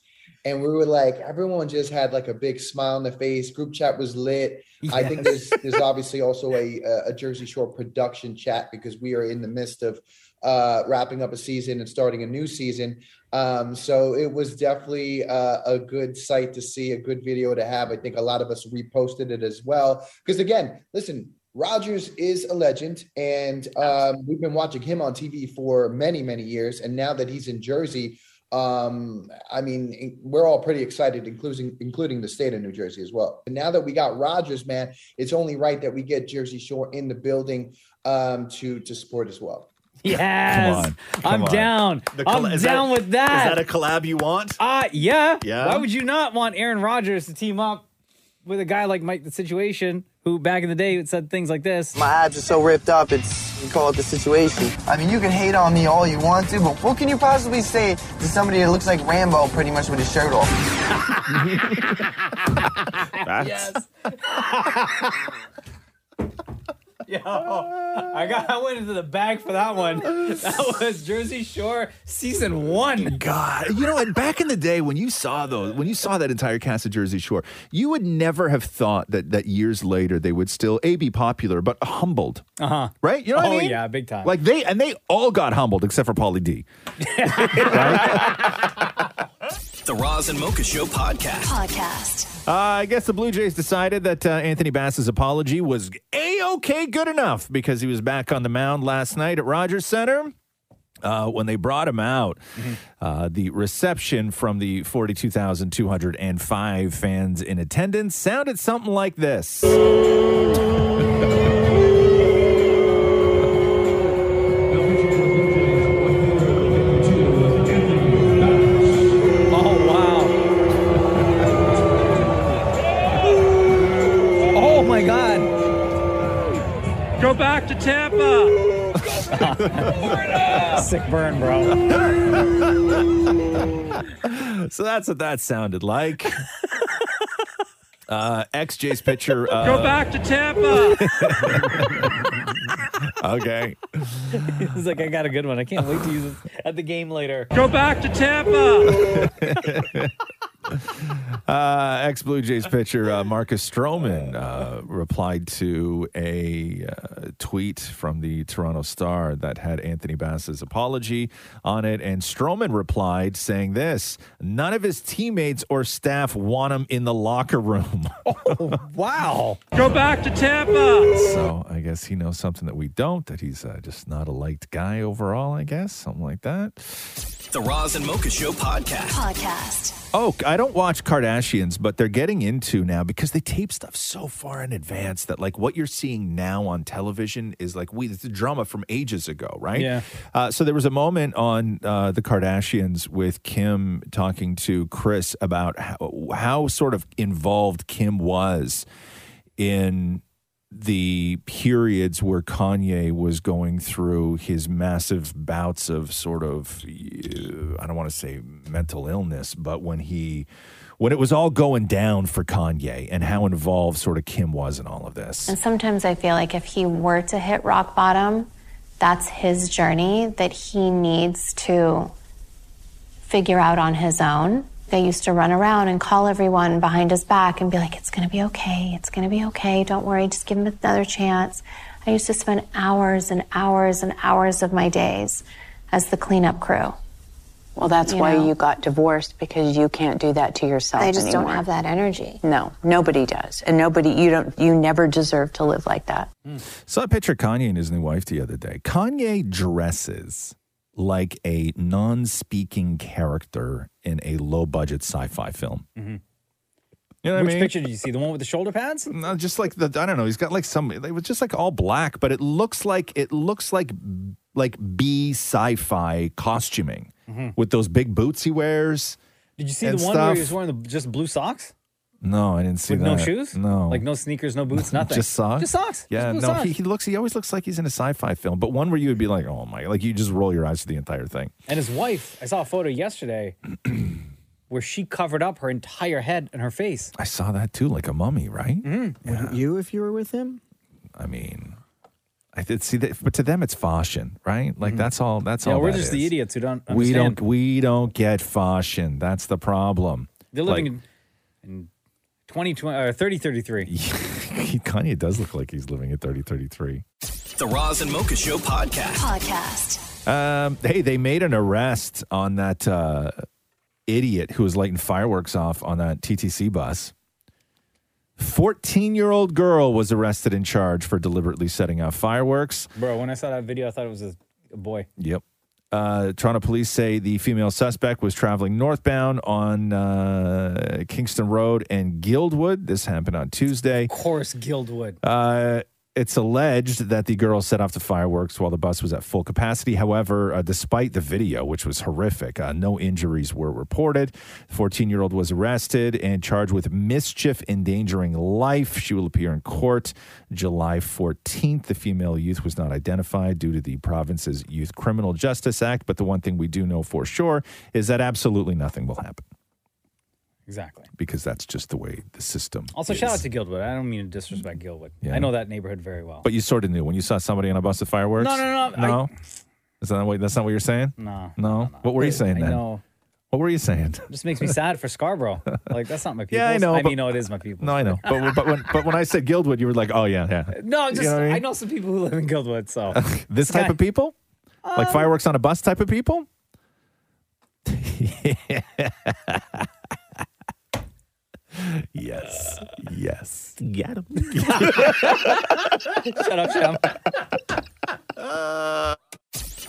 Speaker 12: and we were like, everyone just had like a big smile on the face. Group chat was lit. I think there's there's obviously also a a Jersey Shore production chat because we are in the midst of uh, wrapping up a season and starting a new season. Um, so it was definitely uh, a good sight to see, a good video to have. I think a lot of us reposted it as well because again, listen, Rodgers is a legend, and um, we've been watching him on TV for many many years, and now that he's in Jersey. Um, I mean, in- we're all pretty excited, including including the state of New Jersey as well. And now that we got Rodgers, man, it's only right that we get Jersey Shore in the building um, to to support as well.
Speaker 7: Yes,
Speaker 12: Come on,
Speaker 7: I'm
Speaker 12: come on.
Speaker 7: down.
Speaker 12: The
Speaker 7: I'm
Speaker 12: colla- is that-
Speaker 7: down with that.
Speaker 12: is that a
Speaker 9: collab you want?
Speaker 7: Uh yeah.
Speaker 9: Yeah?
Speaker 7: Why would you not want Aaron Rodgers to team up with a guy like Mike the Situation, who back in the day said things like this?
Speaker 12: My abs are so ripped up. It's
Speaker 14: we call it the situation. I mean, you can hate on me all you want to, but what can you possibly say to somebody that looks like Rambo pretty much with his shirt off?
Speaker 7: yes.
Speaker 9: Uh-huh.
Speaker 7: Yo, I got. I went into the bag for that one. That was Jersey Shore season one.
Speaker 9: God, you know what? Back in the day, when you saw those, when you saw that entire cast of Jersey Shore, you would never have thought that that years later they would still a be popular, but humbled.
Speaker 7: Uh huh.
Speaker 9: Right? You know what I
Speaker 7: oh,
Speaker 9: mean?
Speaker 7: yeah, big time.
Speaker 9: Like they and they all got humbled except for Paulie D.
Speaker 3: The Roz and Mocha Show podcast.
Speaker 4: Podcast.
Speaker 9: Uh, I guess the Blue Jays decided that uh, Anthony Bass's apology was a okay, good enough because he was back on the mound last night at Rogers Center. Uh, when they brought him out, uh, the reception from the 42,205 fans in attendance sounded something like this.
Speaker 7: Oh wow. Oh my God.
Speaker 21: Go back to Tampa.
Speaker 7: Sick burn, bro.
Speaker 9: so that's what that sounded like. Uh, XJ's picture. Uh,
Speaker 21: Go back to Tampa.
Speaker 9: okay.
Speaker 7: He's like, I got a good one. I can't wait to use this at the game later.
Speaker 21: Go back to Tampa.
Speaker 9: Uh, Ex Blue Jays pitcher uh, Marcus Stroman uh, replied to a uh, tweet from the Toronto Star that had Anthony Bass's apology on it. And Stroman replied saying this None of his teammates or staff want him in the locker room.
Speaker 7: wow.
Speaker 21: Go back to Tampa.
Speaker 9: So I I guess he knows something that we don't, that he's uh, just not a liked guy overall, I guess, something like that.
Speaker 3: The Roz and Mocha Show podcast.
Speaker 4: Podcast.
Speaker 9: Oh, I don't watch Kardashians, but they're getting into now because they tape stuff so far in advance that like what you're seeing now on television is like we it's the drama from ages ago, right?
Speaker 7: Yeah.
Speaker 9: Uh, so there was a moment on uh, the Kardashians with Kim talking to Chris about how, how sort of involved Kim was in the periods where Kanye was going through his massive bouts of sort of uh, I don't want to say mental illness, but when he when it was all going down for Kanye and how involved sort of Kim was in all of this.
Speaker 15: And sometimes I feel like if he were to hit rock bottom, that's his journey that he needs to figure out on his own. They used to run around and call everyone behind his back and be like, it's going to be okay. It's going to be okay. Don't worry. Just give him another chance. I used to spend hours and hours and hours of my days as the cleanup crew.
Speaker 17: Well, that's
Speaker 15: You
Speaker 17: why
Speaker 15: know.
Speaker 17: you got divorced because you can't do that to yourself.
Speaker 15: I just don't
Speaker 17: anymore.
Speaker 15: have that energy.
Speaker 17: No, nobody does, and nobody you don't you never deserve to live like that.
Speaker 9: Saw a picture of Kanye and his new wife the other day. Kanye dresses like a non-speaking character in a low-budget sci-fi film. You know what I
Speaker 7: Mm-hmm. Which
Speaker 9: mean?
Speaker 7: picture did you see? The one with the shoulder pads?
Speaker 9: No, just like the I don't know. He's got like some. It was just like all black, but it looks like it looks like like B sci-fi costuming
Speaker 7: Mhm.
Speaker 9: with those big boots he wears.
Speaker 7: Did you see
Speaker 9: and
Speaker 7: the one where he was
Speaker 9: stuff.
Speaker 7: wearing the, just blue socks?
Speaker 9: No, I didn't see
Speaker 7: With
Speaker 9: that.
Speaker 7: no shoes?
Speaker 9: No,
Speaker 7: Like no sneakers, no boots, nothing.
Speaker 9: Just socks.
Speaker 7: Just socks.
Speaker 9: Yeah,
Speaker 7: Just
Speaker 9: no.
Speaker 7: blue socks.
Speaker 9: He, he looks. He always looks like he's in a sci-fi film, but one where you would be like, oh my, like you just roll your eyes for the entire thing.
Speaker 7: And his wife, I saw a photo yesterday where she covered up her entire head and her face.
Speaker 9: I saw that too, like a mummy, right?
Speaker 7: Mm.
Speaker 13: Wouldn't you if you were with him?
Speaker 9: I mean, I did see that, but to them it's fashion, right? Like that's all. That's
Speaker 7: Mm-hmm. yeah,
Speaker 9: all.
Speaker 7: we're
Speaker 9: that
Speaker 7: just
Speaker 9: is.
Speaker 7: the idiots who don't.
Speaker 9: We
Speaker 7: understand.
Speaker 9: don't. We don't get fashion. That's the problem.
Speaker 7: They're
Speaker 9: Like,
Speaker 7: living in, uh, in 2020 or 3033.
Speaker 9: Kanye does look like he's living at 3033.
Speaker 3: The Roz and Mocha Show podcast.
Speaker 4: Podcast.
Speaker 9: Um, hey, they made an arrest on that uh, idiot who was lighting fireworks off on that TTC bus. 14 year old girl was arrested and charged for deliberately setting off fireworks.
Speaker 7: Bro, when I saw that video, I thought it was a, a boy.
Speaker 9: Yep. Uh, Toronto police say the female suspect was traveling northbound on uh, Kingston Road and Guildwood. This happened on Tuesday.
Speaker 7: Of course, Guildwood.
Speaker 9: Uh, it's alleged that the girl set off the fireworks while the bus was at full capacity. However, uh, despite the video, which was horrific, uh, no injuries were reported. The 14 year old was arrested and charged with mischief endangering life. She will appear in court July 14th. The female youth was not identified due to the province's Youth Criminal Justice Act. But the one thing we do know for sure is that absolutely nothing will happen
Speaker 7: Exactly.
Speaker 9: because that's just the way the system
Speaker 7: Also,
Speaker 9: is.
Speaker 7: shout out to Guildwood. I don't mean to disrespect Guildwood.
Speaker 9: Mm-hmm. Yeah.
Speaker 7: I know that neighborhood very well.
Speaker 9: But you sort of knew when you saw somebody on a bus with fireworks.
Speaker 7: No, no, no, I-
Speaker 9: no. Is that what? That's not what you're saying.
Speaker 7: No.
Speaker 9: No. What were you saying
Speaker 7: I
Speaker 9: then?
Speaker 7: know.
Speaker 9: What were you saying?
Speaker 7: It just makes me sad for Scarborough. Like, that's not my people.
Speaker 9: Yeah, I know,
Speaker 7: I
Speaker 9: but-
Speaker 7: mean, no, it is my people.
Speaker 9: No, I know. But but when but when I said Guildwood, you were like, oh yeah, yeah.
Speaker 7: No,
Speaker 9: You
Speaker 7: just,
Speaker 9: know what I
Speaker 7: I,
Speaker 9: mean?
Speaker 7: know some people who live in Guildwood, so.
Speaker 9: This type of people,
Speaker 7: Um,
Speaker 9: like fireworks on a bus type of people. yes. Yes. Get him.
Speaker 7: shut up, shut up.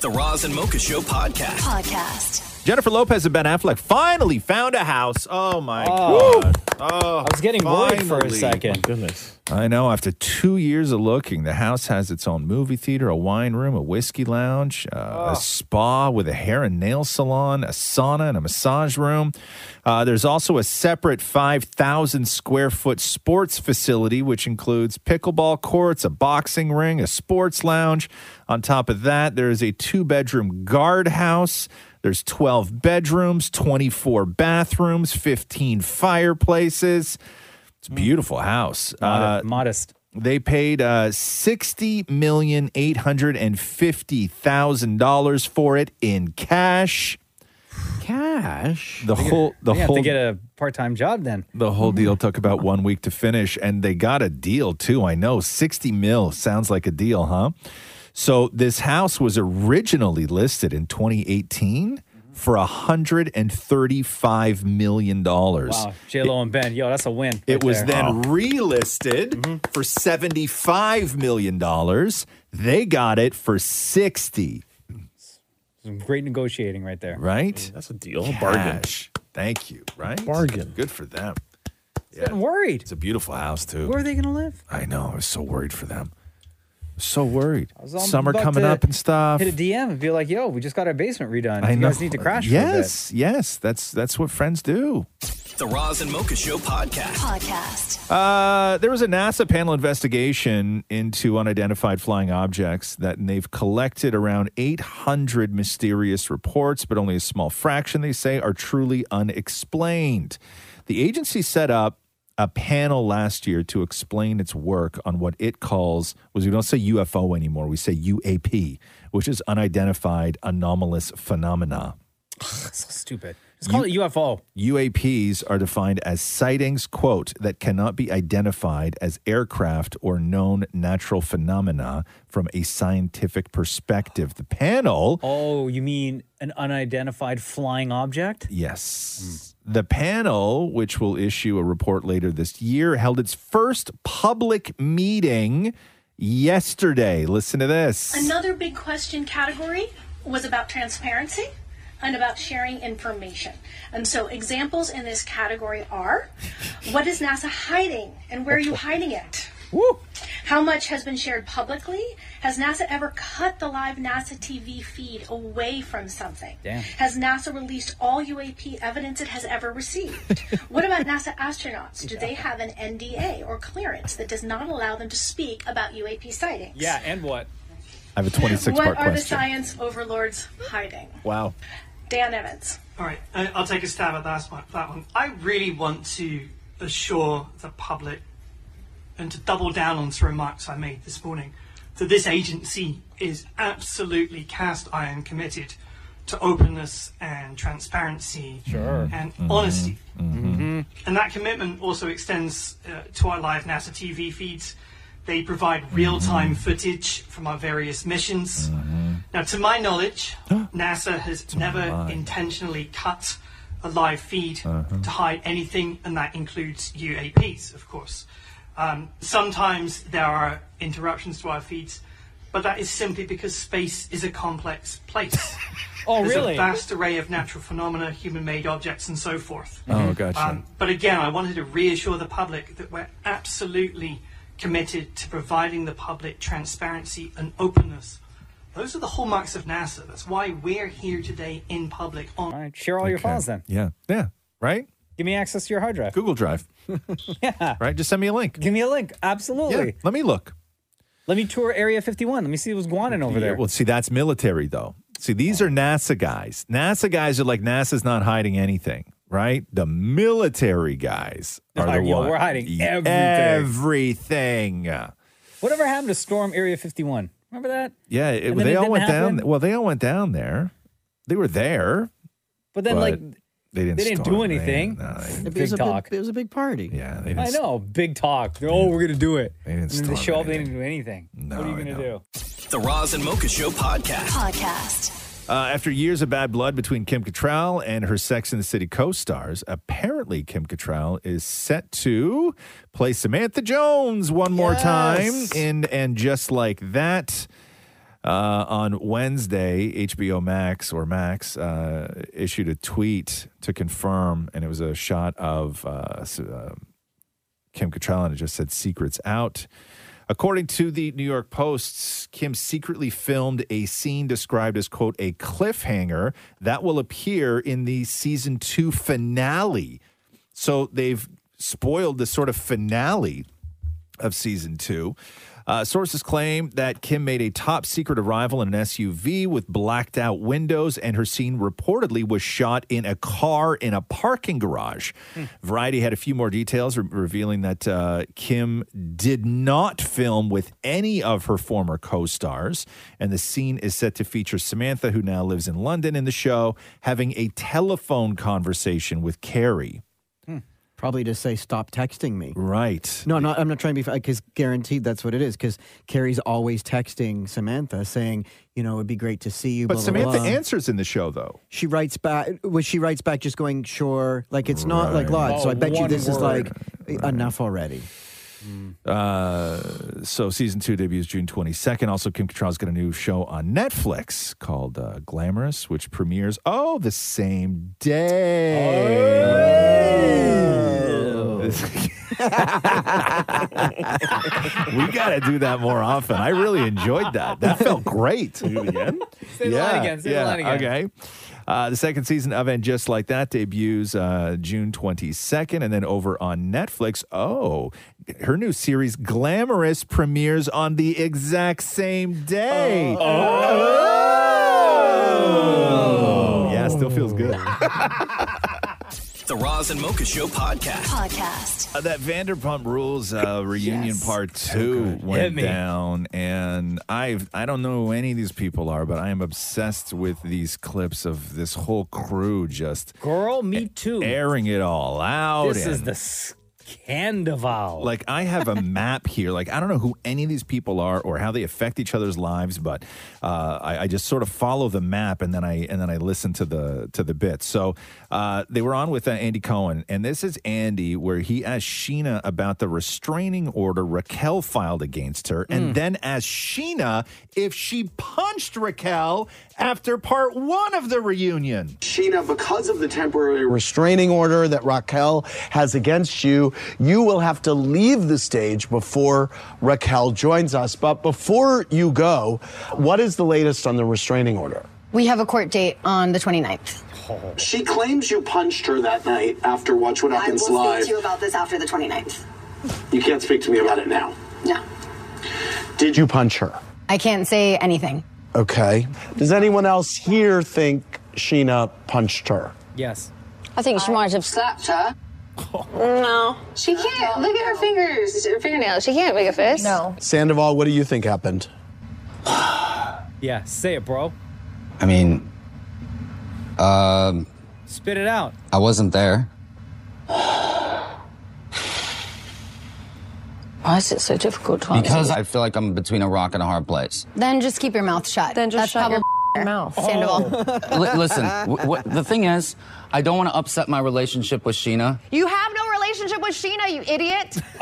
Speaker 3: The Roz and Mocha Show podcast.
Speaker 4: Podcast.
Speaker 9: Jennifer Lopez and Ben Affleck finally found a house. Oh my
Speaker 7: Oh.
Speaker 9: god. Oh, I
Speaker 7: was getting worried for a
Speaker 9: finally.
Speaker 7: second.
Speaker 9: I know. After two years of looking, the house has its own movie theater, a wine room, a whiskey lounge, uh, a spa with a hair and nail salon, a sauna, and a massage room. Uh, there's also a separate 5,000 square foot sports facility, which includes pickleball courts, a boxing ring, a sports lounge. On top of that, there is a two bedroom guard house. There's 12 bedrooms, 24 bathrooms, 15 fireplaces. It's a beautiful house. Uh,
Speaker 7: Modest- modest.
Speaker 9: They paid uh, sixty million eight hundred and fifty thousand dollars for it in cash.
Speaker 13: Cash.
Speaker 9: The whole the
Speaker 7: they
Speaker 9: whole
Speaker 7: have to get a part time job then.
Speaker 9: the whole deal took about one week to finish, and they got a deal too. I know sixty mil sounds like a deal, huh? So this house was originally listed in 2018 for $135 million.
Speaker 7: Wow, J Lo and Ben, yo, that's a win.
Speaker 9: It
Speaker 7: right
Speaker 9: was
Speaker 7: there. Oh. Mm-hmm.
Speaker 9: then relisted for $75 million. They got it for 60,
Speaker 7: Some great negotiating right there.
Speaker 9: right?
Speaker 11: that's a deal.
Speaker 7: Bargain.
Speaker 9: Thank you, right?
Speaker 11: Bargain.
Speaker 9: Good for them. Yeah.
Speaker 7: Getting worried.
Speaker 9: It's a beautiful house, too.
Speaker 7: Where are they gonna live?
Speaker 9: I know. I was so worried for them. So worried.
Speaker 7: I was on-
Speaker 9: Summer
Speaker 7: about
Speaker 9: coming
Speaker 7: to
Speaker 9: up and stuff.
Speaker 7: Hit a DM and be like, yo, we just got our basement redone.
Speaker 9: I
Speaker 7: you
Speaker 9: know.
Speaker 7: guys need to crash. for a bit."
Speaker 9: Yes, yes. That's that's what friends do.
Speaker 3: The Roz and Mocha Show podcast. Podcast.
Speaker 9: Uh, there was a NASA panel investigation into unidentified flying objects that and they've collected around 800 mysterious reports, but only a small fraction, they say, are truly unexplained. The agency set up a panel last year to explain its work on what it calls was we don't say UFO anymore, we say UAP, which is unidentified anomalous phenomena.
Speaker 7: so stupid. Just call it UFO.
Speaker 9: UAPs are defined as sightings, quote, that cannot be identified as aircraft or known natural phenomena from a scientific perspective. The panel,
Speaker 7: Oh, you mean an unidentified flying object?
Speaker 9: yes.
Speaker 7: Hmm.
Speaker 9: The panel, which will issue a report later this year, held its first public meeting yesterday. Listen to this.
Speaker 18: Another big question category was about transparency and about sharing information. And so, examples in this category are what is NASA hiding and where are you hiding it? How much has been shared publicly? Has NASA ever cut the live NASA TV feed away from something?
Speaker 20: Damn.
Speaker 18: Has NASA released all UAP evidence it has ever received? what about NASA astronauts? Do they have an NDA or clearance that does not allow them to speak about UAP sightings?
Speaker 7: Yeah, and what?
Speaker 9: I have a 26
Speaker 18: what
Speaker 9: part
Speaker 18: are the
Speaker 9: question.
Speaker 18: science overlords hiding?
Speaker 9: Wow.
Speaker 18: Dan Evans.
Speaker 20: All right, I- I'll take a stab at that one. That one. I really want to assure the public and to double down on some remarks I made this morning that this agency is absolutely cast iron committed to openness and transparency
Speaker 21: Sure.
Speaker 20: and honesty.
Speaker 18: Mm-hmm.
Speaker 20: And that commitment also extends uh, to our live NASA TV feeds. They provide real time footage from our various missions.
Speaker 17: Mm-hmm.
Speaker 20: Now, to my knowledge, NASA has never intentionally cut a live feed to hide anything, and that includes UAPs, of course. Um, sometimes there are interruptions to our feeds, but that is simply because space is a complex place.
Speaker 7: Oh,
Speaker 20: There's
Speaker 7: really?
Speaker 20: a vast array of natural phenomena, human made objects, and so forth. Um,
Speaker 9: Oh, gotcha.
Speaker 20: but again, I wanted to reassure the public that we're absolutely committed to providing the public transparency and openness. Those are the hallmarks of NASA. That's why we're here today in public. On-
Speaker 7: All right, share all your files then.
Speaker 9: Yeah. Yeah. Right?
Speaker 7: Give me access to your hard drive.
Speaker 9: Google Drive.
Speaker 7: Yeah.
Speaker 9: Right? Just send me a link.
Speaker 7: Give me a link. Absolutely.
Speaker 9: Yeah, let me look.
Speaker 7: Let me tour Area 51. Let me see what's going on over
Speaker 9: Yeah,
Speaker 7: there.
Speaker 9: Well, see, that's military though. See, these are NASA guys. NASA guys are like NASA's not hiding anything, right? The military guys are the
Speaker 7: Yo,
Speaker 9: one-
Speaker 7: we're hiding
Speaker 9: Yeah, Everything.
Speaker 7: Whatever happened to Storm Area 51? Remember that?
Speaker 9: Yeah, it,
Speaker 7: And then
Speaker 9: they
Speaker 7: it
Speaker 9: all
Speaker 7: didn't
Speaker 9: went down.
Speaker 7: happen?
Speaker 9: Well, they all went down there. They were there.
Speaker 7: But then, like,
Speaker 9: they didn't.
Speaker 7: they didn't
Speaker 9: storm.
Speaker 7: do anything.
Speaker 9: They, no, they-
Speaker 7: It was a big-
Speaker 13: It was a big party.
Speaker 9: uh, Yeah, they
Speaker 7: I
Speaker 9: didn't.
Speaker 7: know. Big talk. Oh, we're going to do it.
Speaker 9: They didn't
Speaker 7: and then they
Speaker 9: storm
Speaker 7: show up, they didn't do anything. what are you going to do?
Speaker 3: The Roz and Mocha Show podcast.
Speaker 4: Podcast.
Speaker 9: Uh, after years of bad blood between Kim Cattrall and her Sex and the City co-stars, apparently Kim Cattrall is set to play Samantha Jones one more time
Speaker 22: Yes.
Speaker 9: in and just like that. Uh, on Wednesday, HBO Max or Max uh, issued a tweet to confirm, and it was a shot of uh, s- uh, Kim Cattrall, and it just said "Secrets Out." According to the New York Post, Kim secretly filmed a scene described as "quote a cliffhanger" that will appear in the season two finale. So they've spoiled the sort of finale of season two. Uh, sources claim that Kim made a top secret arrival in an SUV with blacked out windows, and her scene reportedly was shot in a car in a parking garage. Variety had a few more details re- revealing that uh, Kim did not film with any of her former co stars, and the scene is set to feature Samantha, who now lives in London in the show, having a telephone conversation with Carrie
Speaker 13: probably to say stop texting me.
Speaker 9: Right.
Speaker 13: No, I'm not, I'm not trying to be because guaranteed that's what it is. Because Carrie's always texting Samantha saying, you know, it'd be great to see you.
Speaker 9: But
Speaker 13: blah, blah,
Speaker 9: Samantha
Speaker 13: blah.
Speaker 9: answers in the show though.
Speaker 13: She writes back. Well, she writes back just going, sure. Like it's not like
Speaker 9: Right.
Speaker 13: lot. so
Speaker 9: Oh,
Speaker 13: I bet you
Speaker 9: one
Speaker 13: this is
Speaker 9: word.
Speaker 13: like enough already.
Speaker 9: Uh, so season two debuts June 22nd. Also, Kim Cattrall's got a new show on Netflix called uh, Glamorous, which premieres, oh, the same day. we got to do that more often. I really enjoyed that. That felt great. Do it again?
Speaker 7: Say the line again, say the line again.
Speaker 9: Okay. Uh, the second season of And Just Like That debuts uh, June 22nd. And then over on Netflix, oh, her new series, Glamorous, premieres on the exact same day. Oh. Yeah, still feels good.
Speaker 3: The Roz and Mocha Show podcast.
Speaker 4: Podcast.
Speaker 9: Uh, that Vanderpump Rules uh, reunion part two
Speaker 7: Hit
Speaker 9: went
Speaker 7: me.
Speaker 9: down, and I've I don't know who any of these people are, but I am obsessed with these clips of this whole crew just
Speaker 7: girl, me too,
Speaker 9: airing it all out.
Speaker 7: This is
Speaker 9: and-
Speaker 7: the Scandival.
Speaker 9: like I have a map here. Like I don't know who any of these people are or how they affect each other's lives, but uh, I, I just sort of follow the map and then I and then I listen to the to the bits. So uh, they were on with uh, Andy Cohen, and this is Andy where he asked Sheena about the restraining order Raquel filed against her,
Speaker 7: Hmm.
Speaker 9: and then asked Sheena if she punched Raquel after part one of the reunion.
Speaker 1: Sheena, because of the temporary restraining order that Raquel has against you, you will have to leave the stage before Raquel joins us. But before you go, what is the latest on the restraining order?
Speaker 22: We have a court date on the 29th.
Speaker 1: She claims you punched her that night after Watch What Happens
Speaker 22: I will
Speaker 1: Live.
Speaker 22: speak to you about this after the 29th.
Speaker 1: You can't speak to me about it now.
Speaker 22: No.
Speaker 1: Did you punch her?
Speaker 22: I can't say anything.
Speaker 1: Okay. Does anyone else here think Sheena punched her?
Speaker 7: Yes.
Speaker 22: I think she might have slapped her.
Speaker 23: No. She can't. Look at her fingers, her fingernails. She can't make a fist. No.
Speaker 1: Sandoval, what do you think happened?
Speaker 7: Yeah, say it, bro.
Speaker 24: I mean, um,
Speaker 7: Spit it out.
Speaker 24: I wasn't there.
Speaker 22: Why is it so difficult to
Speaker 24: Because I feel like I'm between a rock and a hard place.
Speaker 22: Then just keep your mouth shut. Then just shut your mouth. Sandoval.
Speaker 1: Oh.
Speaker 24: L- listen, w- w- the thing is, I don't want to upset my relationship with Sheena.
Speaker 23: You have no relationship with Sheena, you idiot.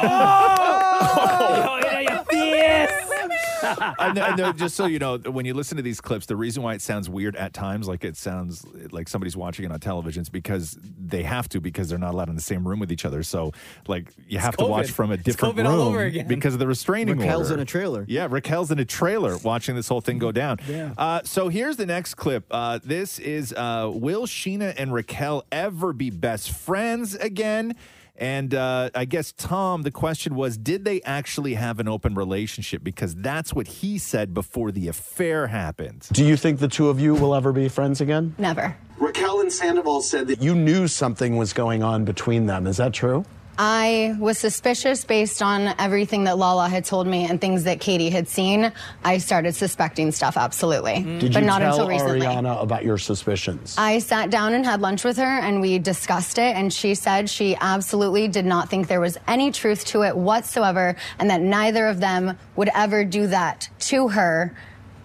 Speaker 9: I know, I know, just so you know, when you listen to these clips, the reason why it sounds weird at times, like it sounds like somebody's watching it on television, is because they have to because they're not allowed in the same room with each other. So, like, you have to watch
Speaker 13: COVID.
Speaker 9: from a
Speaker 13: It's
Speaker 9: different
Speaker 13: COVID
Speaker 9: room
Speaker 13: all over again.
Speaker 9: because of the restraining
Speaker 13: Raquel's in
Speaker 9: order.
Speaker 13: a trailer.
Speaker 9: Yeah, Raquel's in a trailer watching this whole thing go down. Yeah. Uh, so here's the next clip. Uh, this is uh, Will Sheena and Raquel ever be best friends again? And uh, I guess Tom, the question was, did they actually have an open relationship? Because that's what he said before the affair happened.
Speaker 1: Do you think the two of you will ever be friends again?
Speaker 22: Never.
Speaker 1: Raquel and Sandoval said that you knew something was going on between them. Is that true?
Speaker 22: I was suspicious based on everything that Lala had told me and things that Katie had seen. I started suspecting stuff, absolutely.
Speaker 1: Did
Speaker 22: Mm. but
Speaker 1: you
Speaker 22: not
Speaker 1: tell
Speaker 22: until recently.
Speaker 1: Ariana about your suspicions?
Speaker 22: I sat down and had lunch with her and we discussed it and she said she absolutely did not think there was any truth to it whatsoever and that neither of them would ever do that to her.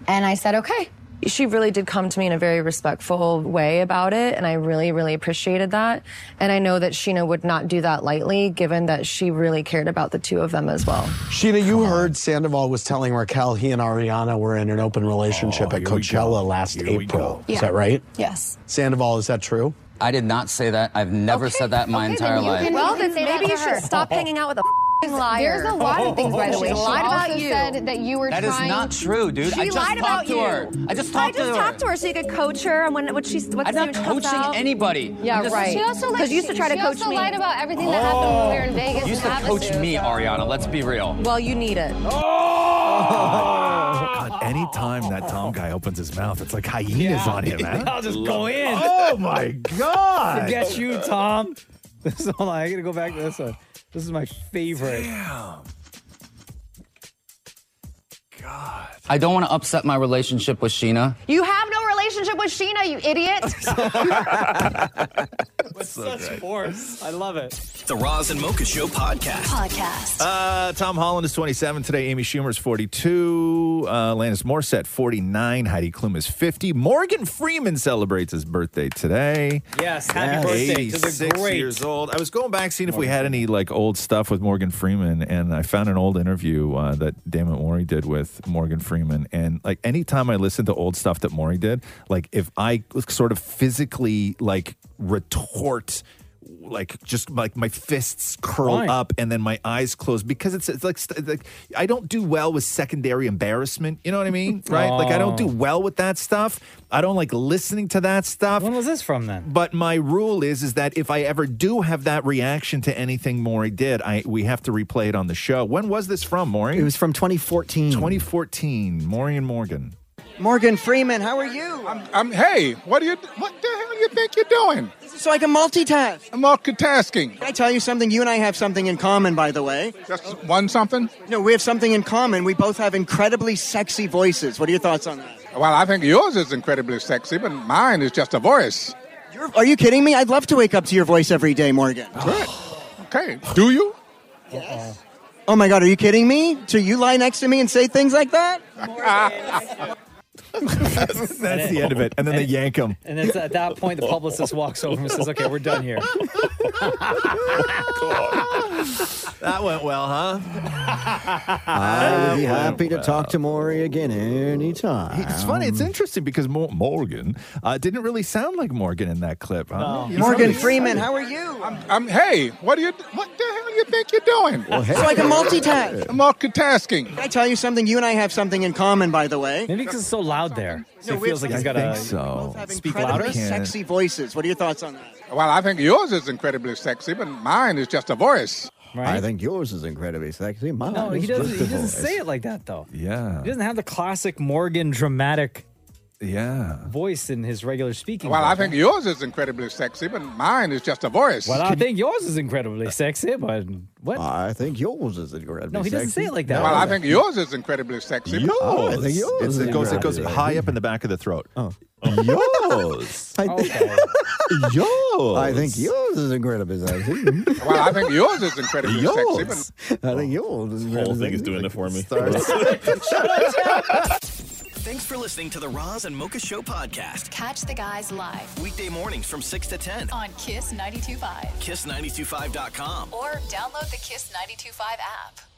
Speaker 22: And I said, "Okay."
Speaker 25: She really did come to me in a very respectful way about it, and I really, really appreciated that. And I know that Sheena would not do that lightly, given that she really cared about the two of them as well.
Speaker 1: Sheena, you heard Sandoval was telling Raquel he and Ariana were in an open relationship at Coachella last April. Is
Speaker 24: Yeah.
Speaker 1: that right?
Speaker 22: Yes.
Speaker 1: Sandoval, is that true?
Speaker 24: I did not say that. I've never said that in my entire life.
Speaker 22: you
Speaker 25: well,
Speaker 22: can
Speaker 25: then
Speaker 22: say that
Speaker 25: maybe
Speaker 22: to
Speaker 25: you
Speaker 22: her.
Speaker 25: should stop hanging out with a f***ing liar.
Speaker 22: There's a lot of things by the way.
Speaker 25: She lied
Speaker 22: also
Speaker 25: about you.
Speaker 22: said that you were
Speaker 24: That is
Speaker 22: trying
Speaker 24: not true, dude.
Speaker 25: She
Speaker 24: I just
Speaker 25: lied
Speaker 24: talked
Speaker 25: about
Speaker 24: to
Speaker 25: you.
Speaker 24: her. I just talked
Speaker 25: I just
Speaker 24: to her.
Speaker 25: talked to her so you could coach her and when what she's what's
Speaker 24: I'm not coaching anybody.
Speaker 25: Yeah,
Speaker 24: I'm just- Oh.
Speaker 25: right.
Speaker 22: She also like
Speaker 25: Because you used to try to
Speaker 22: she
Speaker 25: coach
Speaker 22: also
Speaker 25: me.
Speaker 22: lied about everything that happened when we were in Vegas.
Speaker 24: You used to
Speaker 22: and
Speaker 24: coach
Speaker 22: Havasu.
Speaker 24: me, Ariana. Let's be real.
Speaker 25: Well, you need it.
Speaker 9: Oh, God, anytime that Tom guy opens his mouth, it's like hyenas on him, man.
Speaker 7: I'll just go in.
Speaker 9: Oh, my God.
Speaker 7: Forget you, Tom. This hold on, I gotta go back to this one. This is my favorite.
Speaker 24: I don't want to upset my relationship with Sheena.
Speaker 23: You have no relationship with Sheena, you idiot.
Speaker 7: With such force. I love it.
Speaker 3: The Roz and Mocha Show podcast.
Speaker 4: Podcast.
Speaker 9: Uh, Tom Holland is 27 today. Amy Schumer is 42. Uh, Lannis Morissette, 49. Heidi Klum is 50. Morgan Freeman celebrates his birthday today.
Speaker 7: Yes, happy birthday to the
Speaker 9: 86
Speaker 7: great-
Speaker 9: years old. I was going back seeing if we had any like old stuff with Morgan Freeman, and I found an old interview uh, that Damon Mori did with Morgan Freeman. And like anytime I listen to old stuff that Maury did, like if I sort of physically like retort like just like my fists curl
Speaker 2: Why?
Speaker 9: up and then my eyes close because it's, it's like, st- like I don't do well with secondary embarrassment. You know what I mean? Right? Like I don't do
Speaker 7: Oh.
Speaker 9: well with that stuff. I don't like listening to that stuff. When
Speaker 7: was this from then?
Speaker 9: But my rule is is that if I ever do have that reaction to anything Maury did, I we have to replay it on the show. When was this from, Maury?
Speaker 13: It was from 2014.
Speaker 9: 2014. Maury and Morgan.
Speaker 5: Morgan Freeman, how are you? I'm, I'm hey, what do you what the hell you think you're doing? So I can multitask. I'm multitasking. Can I tell you something? You and I have something in common, by the way. That's one something? No, we have something in common. We both have incredibly sexy voices. What are your thoughts on that?
Speaker 6: Well, I think yours is incredibly sexy, but mine is just a voice.
Speaker 5: You're, are you kidding me? I'd love to wake up to your voice every day, Morgan.
Speaker 6: Okay. Do you?
Speaker 5: Oh my God, are you kidding me? Do you lie next to me and say things like that?
Speaker 9: That's the end of it. And then they yank him.
Speaker 7: And then at that point, the publicist walks over and says, okay, we're done here.
Speaker 9: that went well, huh?
Speaker 13: I would be happy to talk to Maury again anytime.
Speaker 9: It's funny. It's interesting because Mo- Morgan uh, didn't really sound like Morgan in that clip. Huh? You
Speaker 5: Morgan
Speaker 9: sounded
Speaker 5: Freeman,
Speaker 9: excited.
Speaker 5: how are you?
Speaker 6: I'm, I'm hey, what do you what the hell you think you're doing?
Speaker 5: Well, hey. So I can multitask.
Speaker 6: I'm multitasking.
Speaker 5: Can I tell you something? You and I have something in common, by the way.
Speaker 7: Maybe because it's so loud there. So
Speaker 5: No,
Speaker 7: it
Speaker 5: we-
Speaker 7: feels like
Speaker 5: I
Speaker 7: he's got
Speaker 5: think
Speaker 7: to
Speaker 5: so.
Speaker 7: speak
Speaker 5: incredibly
Speaker 7: louder.
Speaker 5: sexy voices. What are your thoughts on that?
Speaker 6: Well, I think yours is incredibly sexy, but mine is just a voice.
Speaker 13: I think yours is incredibly sexy. Mine
Speaker 7: No, he
Speaker 13: is
Speaker 7: doesn't.
Speaker 13: just
Speaker 7: He
Speaker 13: a
Speaker 7: doesn't
Speaker 13: voice.
Speaker 7: say it like that though.
Speaker 9: Yeah.
Speaker 7: He doesn't have the classic Morgan dramatic.
Speaker 9: Yeah.
Speaker 7: Voice in his regular speaking.
Speaker 6: Well, I
Speaker 7: voice.
Speaker 6: think yours is incredibly sexy, but mine is just a voice.
Speaker 7: Well, I think yours is incredibly sexy, but what?
Speaker 13: I think yours is incredibly
Speaker 7: No, he doesn't say it like that.
Speaker 6: Well, I think yours is incredibly sexy. but-
Speaker 9: Oh, it's- it's- it goes. It goes high up in the back of the throat. Oh. Yours.
Speaker 13: I think,
Speaker 9: yours.
Speaker 13: I think yours is incredibly sexy.
Speaker 6: Well, I think yours is incredibly sexy,
Speaker 13: Yours.
Speaker 6: but
Speaker 13: I think yours is incredibly
Speaker 11: whole thing
Speaker 13: sexy.
Speaker 11: is doing it for me.
Speaker 3: Thanks for listening to the Roz and Mocha Show podcast.
Speaker 4: Catch the guys live
Speaker 3: Weekday mornings from 6 to 10.
Speaker 4: on Kiss 92.5
Speaker 3: Kiss925.com.
Speaker 4: or download the Kiss 92.5 app.